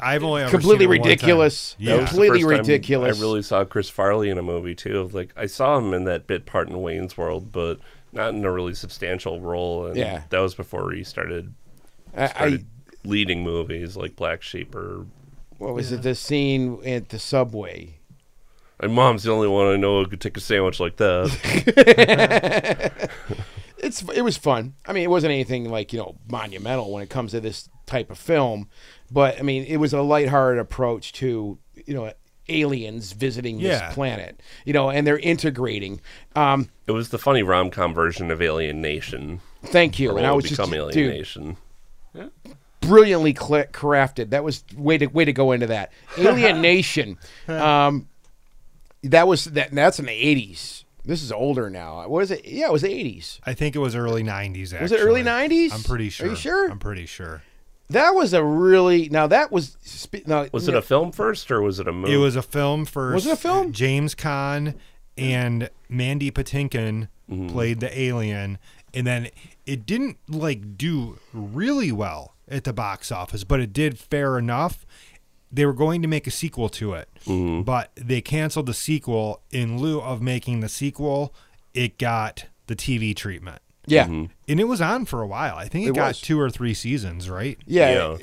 I've only ever Completely seen it one time. ridiculous. Yeah. That was the Completely first time ridiculous. I really saw Chris Farley in a movie too. Like I saw him in that bit part in Wayne's World, but not in a really substantial role. And Yeah. that was before he started, I, I started leading movies like Black Sheep or. what was it? The scene at the subway. My mom's the only one I know who could take a sandwich like [LAUGHS] that. it's it was fun. I mean, it wasn't anything like you know monumental when it comes to this type of film, but I mean, it was a lighthearted approach to you know aliens visiting Yeah. this planet, you know, and they're integrating. Um, it was the funny rom com version of Alien Nation. thank you, Or and I was what would just become Alien dude, Nation. brilliantly cl- crafted. That was way to way to go into that Alien Nation. Um, that was that. That's in the eighties. This is older now. What is it? Yeah, it was the 80s. I think it was early 90s, actually. Was it early 90s? I'm pretty sure. Are you sure? I'm pretty sure. That was a really. Now, that was. spe- Now, Was it a film first or was it a movie? It was a film first. Oh. Was it a film? James Caan and Mandy Patinkin Mm-hmm. played the alien, and then it didn't like do really well at the box office, but it did fair enough. They were going to make a sequel to it, Mm-hmm. but they canceled the sequel in lieu of making the sequel. It got the TV treatment, Yeah. mm-hmm. and it was on for a while. I think it, It got was. two or three seasons, right? Yeah.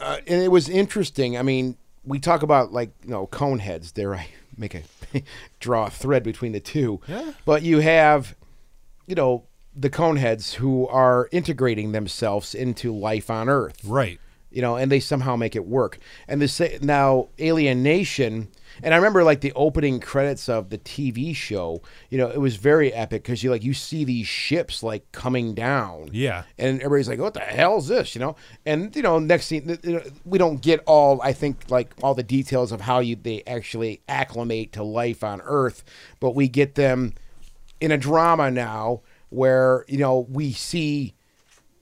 Uh, and it was interesting. I mean, we talk about like, you know, cone heads. There I [LAUGHS] make a draw a thread between the two. Yeah. But you have, you know, the cone heads who are integrating themselves into life on Earth. Right. you know, and they somehow make it work. And this now Alien Nation, and I remember like the opening credits of the TV show. You know, it was very epic because you like you see these ships like coming down. Yeah. and everybody's like, "What the hell is this?" You know, and you know, next thing th- you know, we don't get all I think like all the details of how you they actually acclimate to life on Earth, but we get them in a drama now where you know we see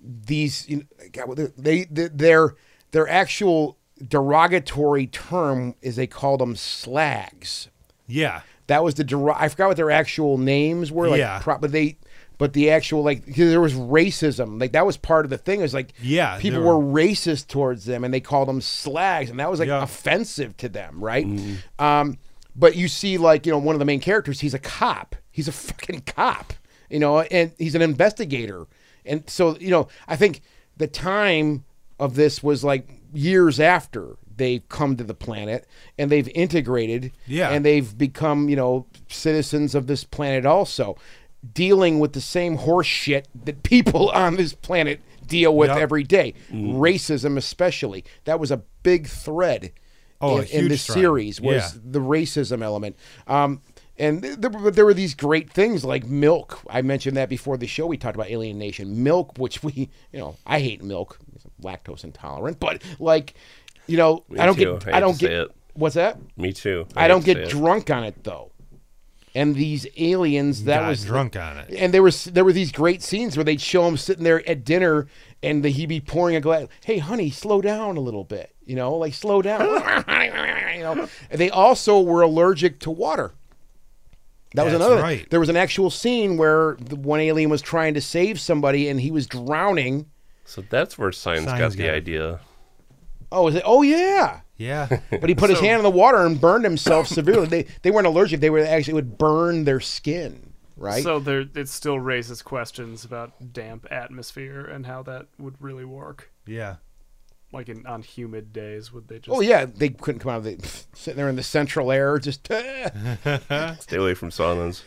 these you know, God, they- they, they their their actual derogatory term is they call them slags. Yeah. That was the der- I forgot what their actual names were. Like, Yeah. pro- but they but the actual like 'cause there was racism. Like that was part of the thing. It was like Yeah, people there were were- racist towards them and they called them slags and that was like Yeah. Mm-hmm. offensive to them right um but you see like you know one of the main characters he's a cop he's a fucking cop you know and he's an investigator and so you know i think the time of this was like years after they've come to the planet and they've integrated Yeah. and they've become you know citizens of this planet also dealing with the same horse shit that people [LAUGHS] on this planet deal with Yep. Mm-hmm. every every day. Racism, especially, that was a big thread Oh, a in, in huge this thread. series was Yeah. the racism element. Um, and th- there, but there were these great things like milk. I mentioned that before the show. We talked about Alien Nation milk, which we, you know, I hate milk, lactose intolerant. But like, you know, Me I don't too. get, I I, hate don't to say get. it. What's that? Me too. I, hate don't to say get it. drunk on it though. And these aliens, that Got was drunk [LAUGHS] on it. and there was there were these great scenes where they'd show him sitting there at dinner and the, he'd be pouring a glass hey honey slow down a little bit you know like slow down [LAUGHS] you know and they also were allergic to water that was That's another right. there was an actual scene where the one alien was trying to save somebody and he was drowning So that's where science, Science got the got it. idea. oh is it oh yeah Yeah. but he put his hand in the water and burned himself severely they they weren't allergic they were actually it would burn their skin right So there, it still raises questions about damp atmosphere and how that would really work. yeah. Like in on humid days, would they just? Oh yeah, they couldn't come out of the [LAUGHS] sitting there in the central air, just [LAUGHS] Stay away from saunas.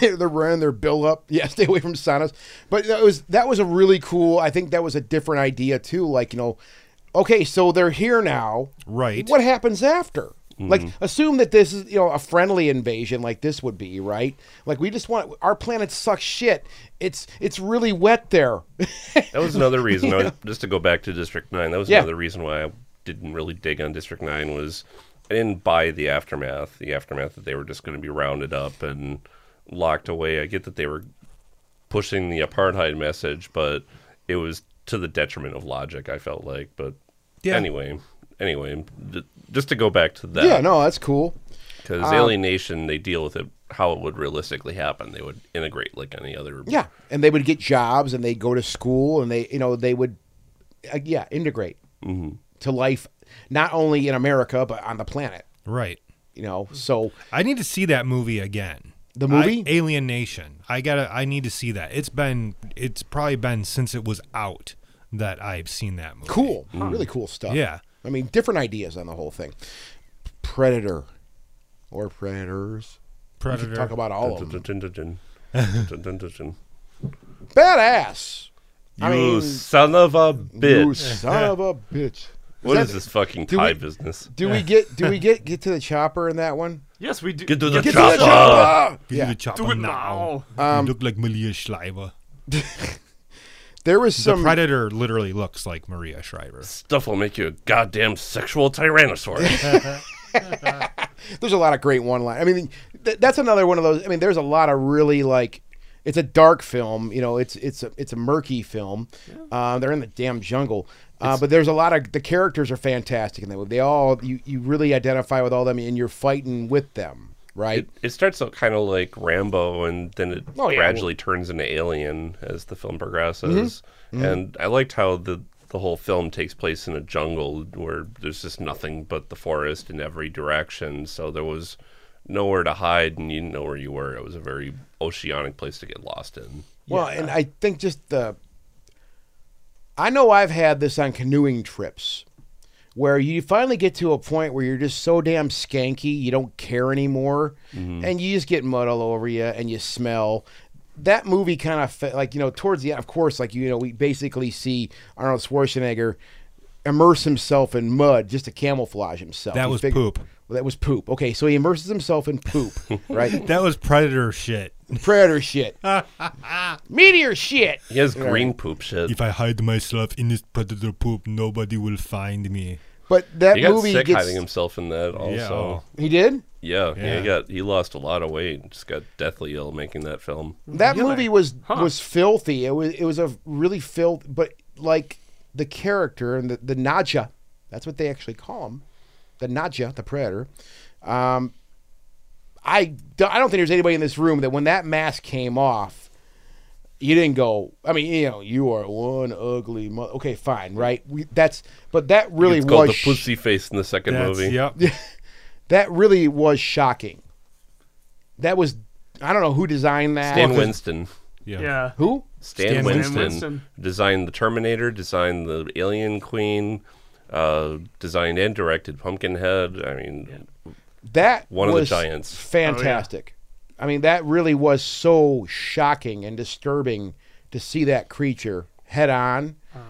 they're running their bill up. [LAUGHS] Yeah, stay away from saunas. But that was that was a really cool. I think that was a different idea too. Like you know, okay, so they're here now. Right. What happens after? Like assume that this is you know a friendly invasion like this would be right. Like we just want our planet sucks shit. It's it's really wet there. [LAUGHS] That was another reason. I was, just to go back to District Nine, that was Yeah. another reason why I didn't really dig on District Nine was I didn't buy the aftermath. The aftermath that they were just going to be rounded up and locked away. I get that they were pushing the apartheid message, but it was to the detriment of logic. I felt like, but Yeah. anyway, anyway, j- just to go back to that. yeah, no, um, that's cool. Because alienation, they deal with it how it would realistically happen. They would integrate like any other. Yeah, and they would get jobs and they go to school and they you know they would uh, yeah integrate Mm-hmm. to life not only in America but on the planet. Right. You know, so I need to see that movie again. The movie? I, Alien Nation. I gotta. I need to see that. It's been. It's probably been since it was out that I've seen that movie. cool, Mm-hmm. really cool stuff. Yeah. I mean different ideas on the whole thing. Predator or predators. We Predator. could talk about all [LAUGHS] of them. Dun-dun-dun-dun-dun. Dun-dun-dun-dun. Badass. You I mean, son of a you bitch! son of a bitch. What that- is this fucking do Thai we- business? Do [LAUGHS] we get do we get get to the chopper in that one? Yes, we do. Get to the Get to chopper! the chopper. Give Yeah. Um, you the chopper Do it now. you look like Maria Shriver. There was The some Predator literally looks like Maria Shriver. Stuff will make you a [LAUGHS] goddamn sexual tyrannosaurus. There's a lot of great one line. I mean, th- that's another one of those. I mean, there's a lot of really like, it's a dark film. You know, it's it's a it's a murky film. Uh, they're in the damn jungle. Uh, but there's a lot of the characters are fantastic in that movie. They all you, you really identify with all them, and you're fighting with them, right? It, it starts out kind of like Rambo, and then it Oh, yeah. gradually turns into Alien as the film progresses. Mm-hmm. And I liked how the the whole film takes place in a jungle where there's just nothing but the forest in every direction. So there was nowhere to hide, and you didn't know where you were. It was a very oceanic place to get lost in. Well, and I think just the. I know I've had this on canoeing trips where you finally get to a point where you're just so damn skanky, you don't care anymore, Mm-hmm. and you just get mud all over you and you smell. That movie kind of fe- like, you know, towards the end, of course, like, you know, we basically see Arnold Schwarzenegger immerse himself in mud just to camouflage himself. That You was figure- poop. Well, that was poop. Okay, so he immerses himself in poop, [LAUGHS] right? That was predator shit. Predator [LAUGHS] shit. Meteor shit. He has green poop shit. If I hide myself in this predator poop, nobody will find me. But that He got movie sick gets hiding himself in that also. he did. Oh. Yeah, yeah, Yeah. he got he lost a lot of weight and just got deathly ill making that film. That Really? movie was Huh. was filthy. It was it was a really filth, but like the character and the the Naja, that's what they actually call him, the Naja, the predator. Um, I don't- I don't think there's anybody in this room that when that mask came off, you didn't go. I mean, you know, you are one ugly. Mo- okay, fine, right? We, that's but that really It's was called the sh- pussy face in the second That's, [LAUGHS] movie. Yep. that really was shocking. That was I don't know who designed that. Stan Winston. Yeah. Yeah. Who? Stan, Stan Winston, Winston. designed the Terminator, designed the Alien Queen, uh, designed and directed Pumpkinhead. I mean, That One of the was giants. Oh, Fantastic. I mean, that really was so shocking and disturbing to see that creature head on. Ah.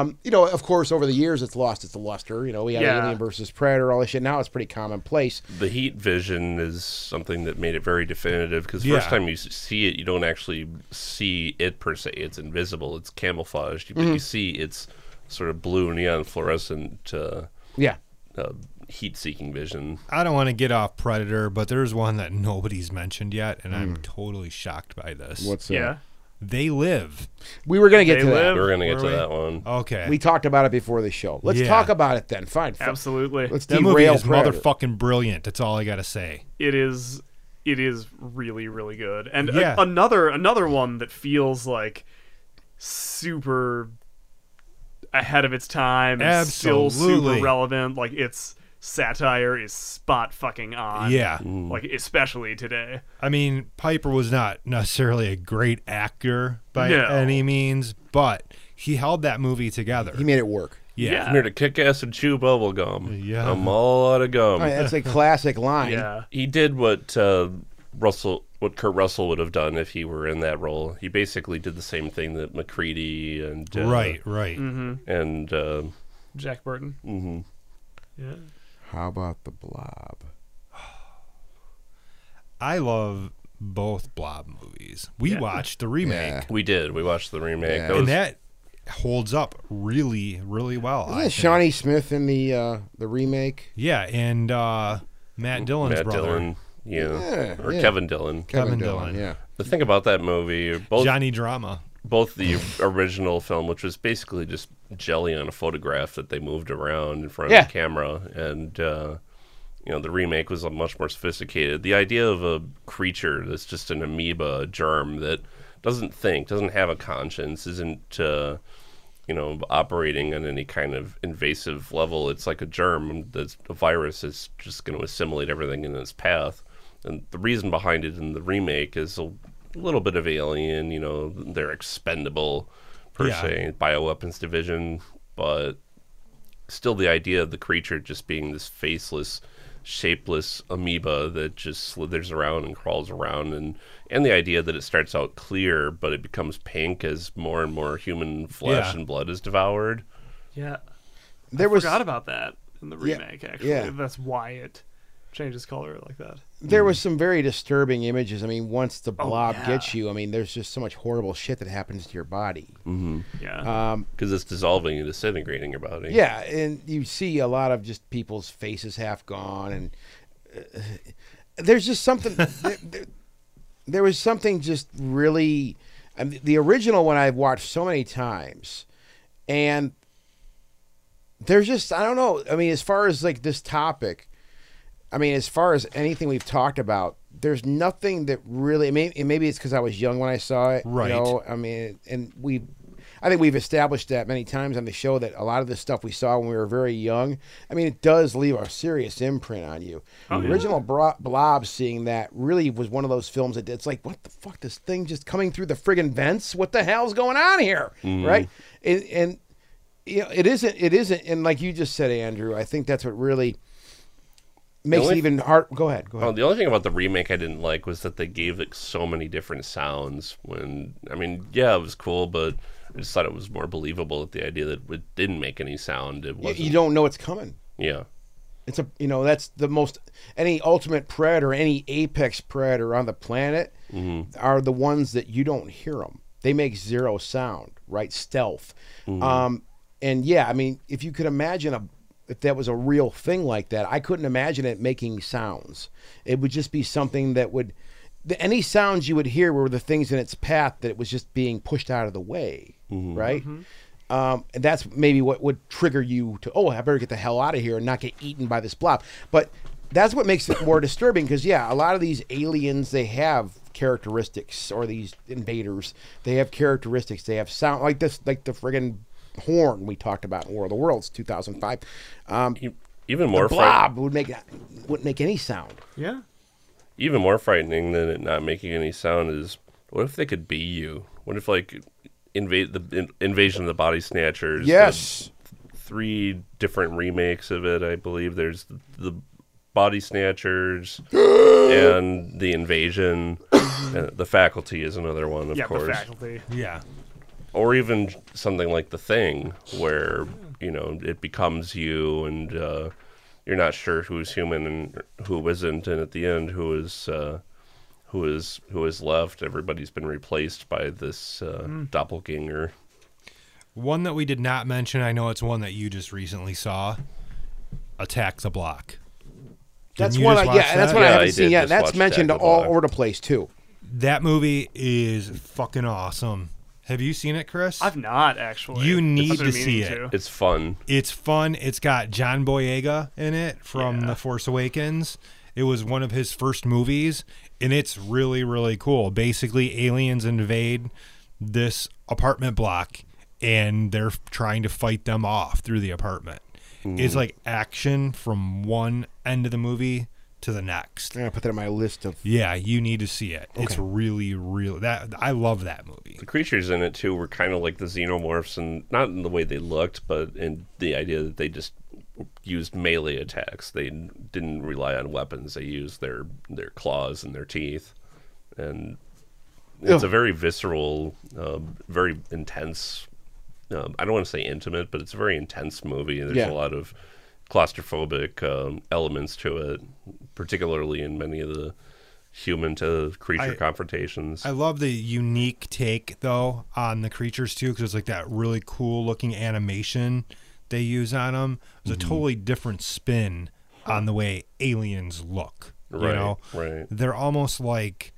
Um, you know, of course, over the years it's lost its luster. You know, we had Yeah. Alien versus Predator, all this shit. Now it's pretty commonplace. the heat vision is something that made it very definitive because Yeah. first time you s- see it, you don't actually see it per se. It's invisible. It's camouflaged. But Mm-hmm. you see it's sort of blue neon fluorescent uh, Yeah. uh, heat-seeking vision. I don't want to get off predator, but there's one that nobody's mentioned yet, and Hmm. I'm totally shocked by this. Yeah. They live. We were gonna get uh, They to that. live. We're gonna get Were to we? that one. Okay. We talked about it before the show. Let's Yeah. talk about it then. Fine. Fuck. Absolutely. Let's that movie derail is Predator. motherfucking brilliant. That's all I gotta say. it is it is really really good and a- Yeah. another another one that feels like super ahead of its time and still Absolutely. super relevant like its satire is spot fucking on Yeah. like especially today I mean, Piper was not necessarily a great actor by No. any means, but he held that movie together. He made it work. I'm yeah here to kick ass and chew bubble gum. Yeah. Oh, I'm all out of gum. I mean, that's a classic line. yeah he did what uh, Russell, what Kurt Russell would have done if he were in that role. He basically did the same thing that McCready and uh, Right, right. and uh, jack burton mm-hmm yeah How about the blob? I love both Blob movies. We watched the remake, we did. We watched the remake. Yeah. That and was, that holds up really, really well. I Isn't it think. Shawnee Smith in the uh, the remake? Yeah, and uh, Matt Dillon's Matt brother, Dillon, yeah, Yeah, or yeah. Kevin Dillon. Kevin Dillon. Yeah. The thing about that movie, both Johnny Drama. both the original film, which was basically just jelly on a photograph that they moved around in front Yeah. of the camera, and uh, you know the remake was a much more sophisticated. The idea of a creature that's just an amoeba, a germ that doesn't think, doesn't have a conscience, isn't uh, you know operating on any kind of invasive level. It's like a germ that's a virus that's just going to assimilate everything in its path. And the reason behind it in the remake is a little bit of alien, you know, they're expendable per Yeah. se, bioweapons division, but still the idea of the creature just being this faceless, shapeless amoeba that just slithers around and crawls around, and and the idea that it starts out clear but it becomes pink as more and more human flesh Yeah. and blood is devoured. yeah There I was forgot about that in the Yeah, remake actually yeah. that's why it changes color like that there was some very disturbing images. I mean, once the blob Oh, yeah. gets you, I mean, there's just so much horrible shit that happens to your body. Mm-hmm. yeah Uh, because it's dissolving and disintegrating your body. Yeah, and you see a lot of just people's faces half gone, and uh, there's just [LAUGHS] something. there, there- there was something just really. I mean, the original one I've watched so many times, and there's just I don't know. I mean, as far as like this topic, I mean, as far as anything we've talked about, there's nothing that really. Maybe maybe it's because I was young when I saw it. Right. You know? I mean, and we, I think we've established that many times on the show that a lot of the stuff we saw when we were very young. I mean, it does leave a serious imprint on you. the original Bro- Blob, seeing that really was one of those films that it's like, what the fuck, this thing just coming through the friggin' vents? What the hell's going on here? Right. And, and you know, it isn't. It isn't. And like you just said, Andrew, I think that's what really makes it only- even hard. Go ahead. Go ahead. Well, the only thing about the remake I didn't like was that they gave it so many different sounds. When I mean, yeah, it was cool, but I just thought it was more believable at the idea that it didn't make any sound. It You, wasn't. you don't know it's coming. Yeah. It's a you know that's the most any ultimate predator, any apex predator on the planet are the ones that you don't hear them. They make zero sound, right? Stealth. Um, and yeah, I mean, if you could imagine a if that was a real thing like that, I couldn't imagine it making sounds. It would just be something that would the, any sounds you would hear were the things in its path that it was just being pushed out of the way, right? Um, and that's maybe what would trigger you to, oh, I better get the hell out of here and not get eaten by this blob. But that's what makes it more disturbing because, yeah, a lot of these aliens, they have characteristics, or these invaders, they have characteristics. They have sound like this, like the friggin' horn we talked about in War of the Worlds 2005. Um, E- Even more fright- blob would make, wouldn't make any sound. Yeah. even more frightening than it not making any sound is what if they could be you? What if like invade the in, invasion of the body snatchers? the Yes. three different remakes of it, I believe. There's the Body Snatchers and the Invasion. [COUGHS] Uh, the Faculty is another one, of yeah, the course, faculty. Yeah. or even something like The Thing, where you know it becomes you and uh, you're not sure who's human and who isn't, and at the end, who is. Uh, who is who is left? Everybody's been replaced by this uh, doppelganger. One that we did not mention, I know it's one that you just recently saw. Attack the block. Didn't That's you one. just I, watch yeah, that's that? one I Yeah, haven't I seen did yet. just That's watch mentioned Jack the all Block. over the place too. That movie is fucking awesome. Have you seen it, Chris? I've not actually. You I've need been to meaning see it. to. It's fun. It's fun. It's got John Boyega in it from The Force Awakens. It was one of his first movies, and it's really, really cool. Basically, aliens invade this apartment block, and they're trying to fight them off through the apartment. It's like action from one end of the movie to the next. I'm gonna put that on my list of. Yeah, you need to see it. It's really, really that I love that movie. the creatures in it too were kind of like the xenomorphs and not in the way they looked but in the idea that they just used melee attacks they didn't rely on weapons they used their their claws and their teeth and it's Yeah. a very visceral uh, very intense um, i don't want to say intimate but it's a very intense movie there's Yeah. a lot of claustrophobic um, elements to it particularly in many of the human to creature I- confrontations I love the unique take though on the creatures too, because it's like that really cool looking animation they use on them. It's Mm-hmm. a totally different spin on the way aliens look. you Right, know? right. They're almost like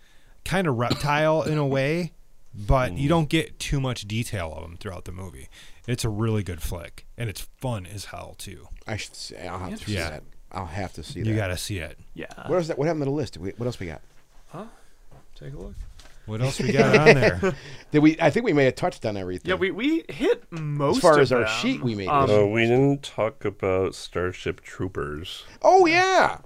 kind of reptile in a way, but Mm-hmm. you don't get too much detail of them throughout the movie. It's a really good flick, and it's fun as hell too. I should. Say, I'll have to see Yeah. that. I'll have to see that. You got to see it. Yeah. What is that? What happened to the list? Did we- What else we got? Take a look. What else [LAUGHS] we got on there? Did we? I think we may have touched on everything. Yeah, we, we hit most as far of as our them. sheet we made. Um, Oh, we didn't talk about Starship Troopers. oh yeah.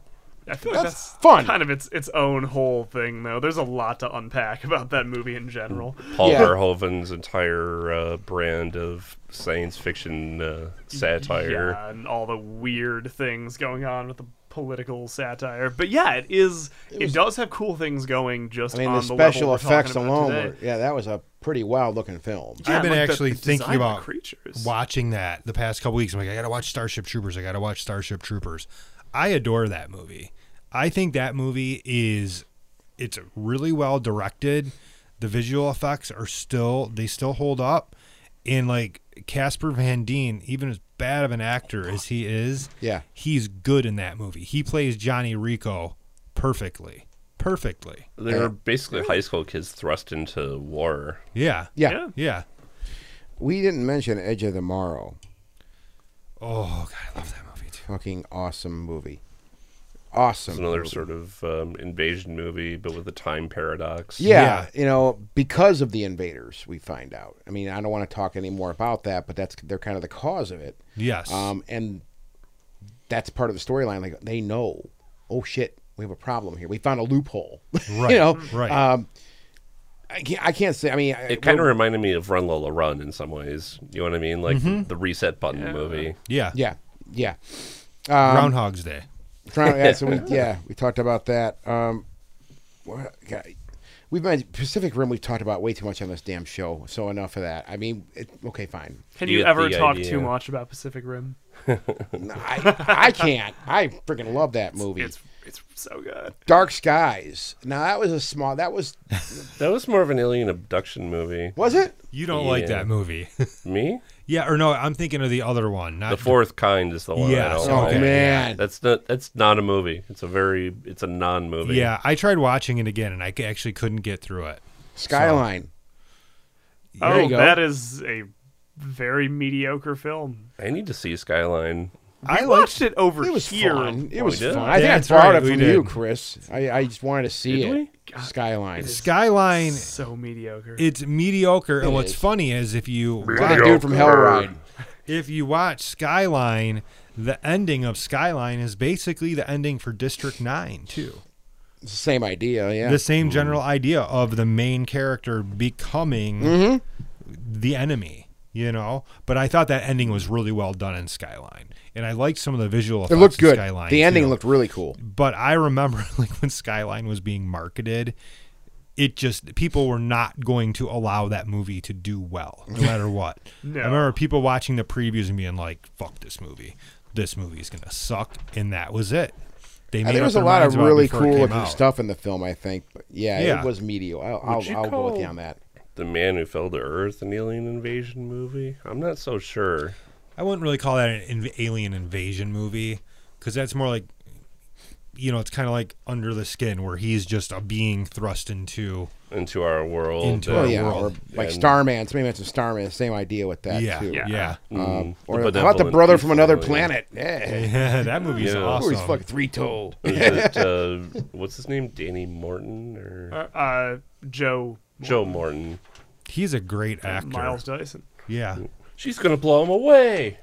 I feel like That's that's, fun. Kind of its its own whole thing, though. There's a lot to unpack [LAUGHS] about that movie in general. Paul Yeah. Verhoeven's entire uh, brand of science fiction uh, satire. Yeah, Uh, and all the weird things going on with the political satire. But yeah, it is. It, does have cool things going. Just I mean, on the the, level special Um, we're talking effects about alone. today. Were, yeah, that was a pretty wild looking film. Yeah, I've been and, like, the- actually the thinking design of the about creatures. watching that the past couple weeks. I'm like, I gotta watch Starship Troopers. I gotta watch Starship Troopers. I adore that movie. I think that movie is it's really well directed. The visual effects are still they still hold up. And like Casper Van Dien, even as bad of an actor as he is, Yeah. he's good in that movie. He plays Johnny Rico perfectly, perfectly. They were basically high school kids thrust into war. Yeah, Yeah. Yeah. yeah. We didn't mention Edge of the Morrow. Oh god, I love that movie too. Fucking awesome movie. It's Awesome. another movie. sort of um, invasion movie, but with a time paradox. Yeah, you know, because of the invaders, we find out. I mean, I don't want to talk any more about that, but that's they're kind of the cause of it. Yes. Um, and that's part of the storyline. Like they know, oh shit, we have a problem here. We found a loophole. [LAUGHS] Right, you know, right. Um, I can't, I can't say. I mean, It kind of reminded me of Run Lola Run in some ways. You know what I mean? Like Mm-hmm. the reset button movie. yeah. yeah, yeah. Groundhog's Day. Toronto, yeah, so we yeah we talked about that. Um, what- God, we've been Pacific Rim. We've talked about way too much on this damn show. So enough of that. I mean, it, okay, fine. Can You you, get ever the talk idea. too much about Pacific Rim? I [LAUGHS] I can't. I freaking love that movie. It's it's so good. Dark Skies. Now that was a small. That was That was more of an alien abduction movie. was it? You don't like Yeah. that movie. [LAUGHS] Me? yeah, or no, I'm thinking of the other one. Not The Fourth Kind is the one. I Yes, don't Oh like. Okay. man, That's not. That's not a movie. It's a very. It's a non-movie. Yeah, I tried watching it again and I c- actually couldn't get through it. Skyline. There oh, you go. that is a very mediocre film. I need to see Skyline. I I liked- watched it over It was here. fun. It Oh, was we did? fun. I think I That's borrowed right, it we from did. you, Chris. I, I just wanted to see Did it. Skyline. Skyline. So mediocre. It's mediocre, and It what's is. funny is if you Look at that dude from Hell Ride. if you watch Skyline, the ending of Skyline is basically the ending for District Nine too. It's the same idea. Yeah. The same general idea of the main character becoming the enemy, you know. But I thought that ending was really well done in Skyline, and I liked some of the visual. it effects looked in good. Skyline the ending too. looked really cool. But I remember [LAUGHS] like when Skyline was being marketed, it just people were not going to allow that movie to do well, [LAUGHS] no matter what. No. I remember people watching the previews and being like, "Fuck this movie! This movie is gonna suck," and that was it. They And made Uh, there up was a their lot minds of about it really before it cool came looking out. stuff in the film, I think. But yeah, Yeah. it was medial. I'll, you I'll, I'll go with call- you on that. The Man Who Fell to Earth, an alien invasion movie. I'm not so sure. I wouldn't really call that an inv- alien invasion movie because that's more like, you know, it's kind of like Under the Skin, where he's just a being thrust into. Into our world. Into uh, Oh our yeah, world. or like And- Starman. Somebody mentioned Starman. Same idea with that yeah, too. yeah, Mm-hmm. yeah, [LAUGHS] Yeah. Um, mm, or the how about the benevolent brother from evil another alien. planet? Yeah. That movie's Yeah. Oh, awesome. he's fucking three toed. [LAUGHS] Is it, uh, what's his name? Danny Morton or uh, uh, Joe Joe Morton? He's a great actor. Miles Dyson. Yeah. She's gonna blow him away.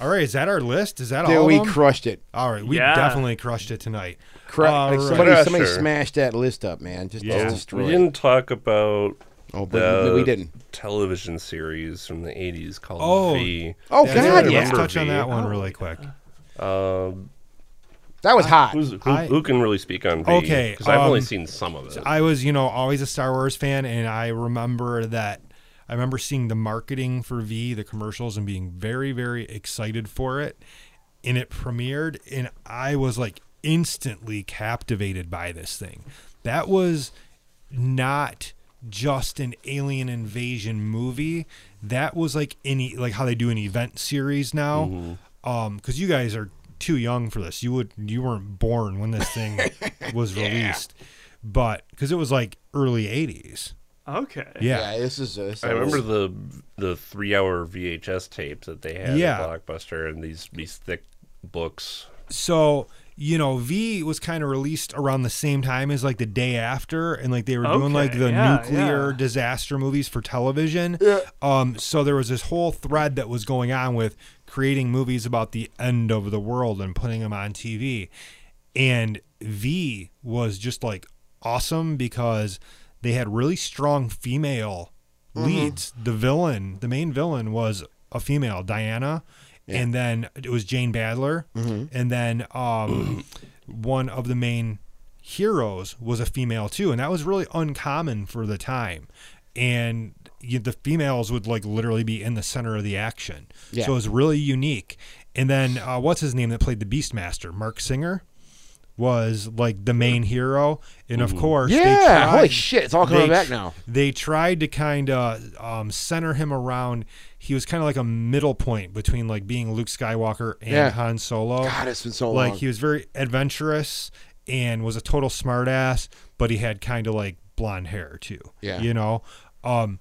All right. Is that our list? Is that Dude, all? we of them? crushed it. All right. We Yeah. definitely crushed it tonight. Cru- All like right. somebody, somebody Sure. smashed that list up, man. Just Yeah. just We destroy it. didn't talk about Oh, but the we, we didn't. television series from the '80s called Oh. V. Oh That's God, right, yeah. Let's touch on V. that one really quick. Um, That was hot. who's, who, I- who can really speak on V? Okay, because I've only um, seen some of it. I was, you know, always a Star Wars fan, and I remember that. I remember seeing the marketing for V, the commercials, and being very, very excited for it. And it premiered, and I was like instantly captivated by this thing. That was not just an alien invasion movie. That was like any like how they do an event series now. Um, because you guys are too young for this. You would you weren't born when this [LAUGHS] thing was released, but because it was like early '80s. Okay. Yeah. yeah, this is. Uh, this I is- remember the the three hour VHS tape that they had Yeah. at Blockbuster and these these thick books. So you know, V was kind of released around the same time as like the day after, and like they were doing Okay, like the yeah, nuclear yeah. disaster movies for television. Um, so there was this whole thread that was going on with creating movies about the end of the world and putting them on TV. And V was just like awesome because they had really strong female leads. The villain, the main villain was a female, Diana, and then it was Jane Badler, and then um one of the main heroes was a female too, and that was really uncommon for the time. And you, the females would like literally be in the center of the action, Yeah. so it was really unique. And then uh, what's his name that played the Beastmaster, Mark Singer, was like the main hero, and of course, they Mm. Yeah, holy tried- shit, it's all coming they back tr- now. They tried to kind of um, center him around. He was kind of like a middle point between like being Luke Skywalker and Yeah. Han Solo. God, it's been so like long. he was very adventurous and was a total smartass, but he had kind of like blonde hair too. Yeah. You know? Um,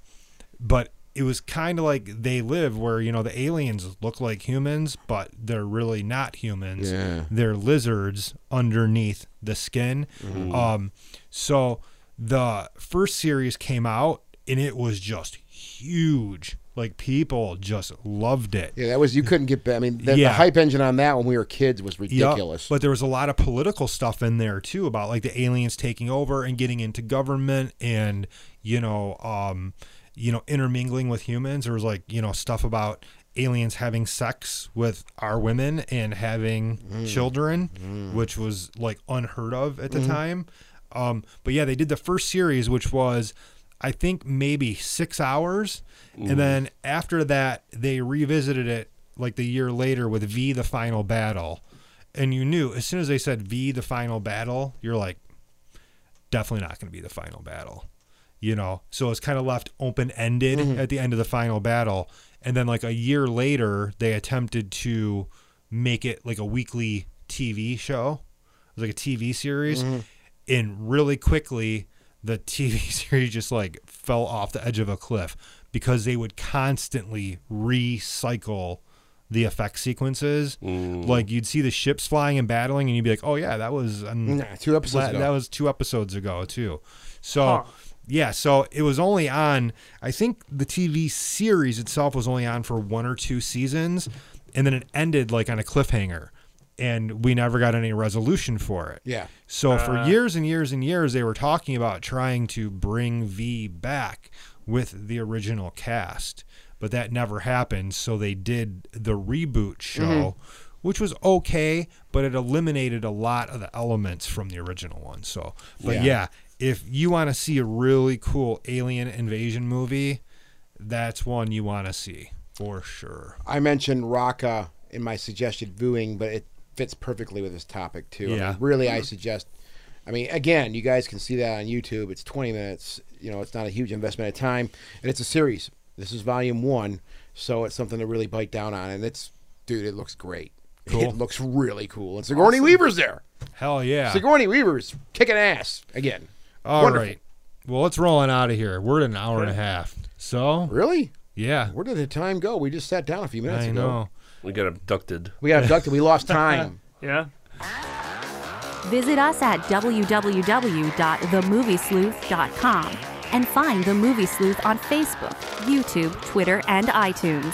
but it was kind of like they live where, you know, the aliens look like humans, but they're really not humans. Yeah. They're lizards underneath the skin. Mm-hmm. Um, so the first series came out and it was just huge. Like people just loved it. Yeah, that was you couldn't get. ba- I mean, the, the Yeah. hype engine on that when we were kids was Yep. ridiculous. But there was a lot of political stuff in there too about like the aliens taking over and getting into government and you know um you know intermingling with humans. There was like, you know, stuff about aliens having sex with our women and having children, which was like unheard of at the time. Um but yeah, they did the first series which was I think maybe 6 hours and then after that they revisited it like the year later with V the final battle and you knew as soon as they said V the final battle, you're like, definitely not going to be the final battle, you know. So it's kind of left open ended at the end of the final battle, and then like a year later, they attempted to make it like a weekly TV show, it was like a TV series, and really quickly the [LAUGHS] TV series just like fell off the edge of a cliff because they would constantly recycle the effect sequences like you'd see the ships flying and battling and you'd be like oh yeah that was an Nah, two episodes ago. La- That was two episodes ago too. So yeah, so it was only on. I think the TV series itself was only on for one or two seasons, and then it ended like on a cliffhanger, and we never got any resolution for it. Yeah. So Uh, for years and years and years, they were talking about trying to bring V back with the original cast, but that never happened. So they did the reboot show, Mm-hmm. which was okay, but it eliminated a lot of the elements from the original one. So, but Yeah. yeah, if you want to see a really cool alien invasion movie, that's one you want to see for sure. I mentioned Raka in my suggested viewing, but it fits perfectly with this topic too. I Yeah. Mm-hmm. mean, really, I suggest. I mean, again, you guys can see that on YouTube. It's 20 minutes. You know, it's not a huge investment of time, and it's a series. This is volume one, so it's something to really bite down on. And it's, dude, it looks great. Cool. It looks really cool. And Sigourney Weaver's there. Hell yeah! Sigourney Weaver's kicking ass again. All Wonderful. right. Well, let's rolling out of here. We're at an hour and a half. So, Really? yeah. Where did the time go? We just sat down a few minutes I ago. know. We got abducted. We got abducted. We [LAUGHS] lost time. Yeah. Visit us at www.themoviesleuth.com and find The Movie Sleuth on Facebook, YouTube, Twitter, and iTunes.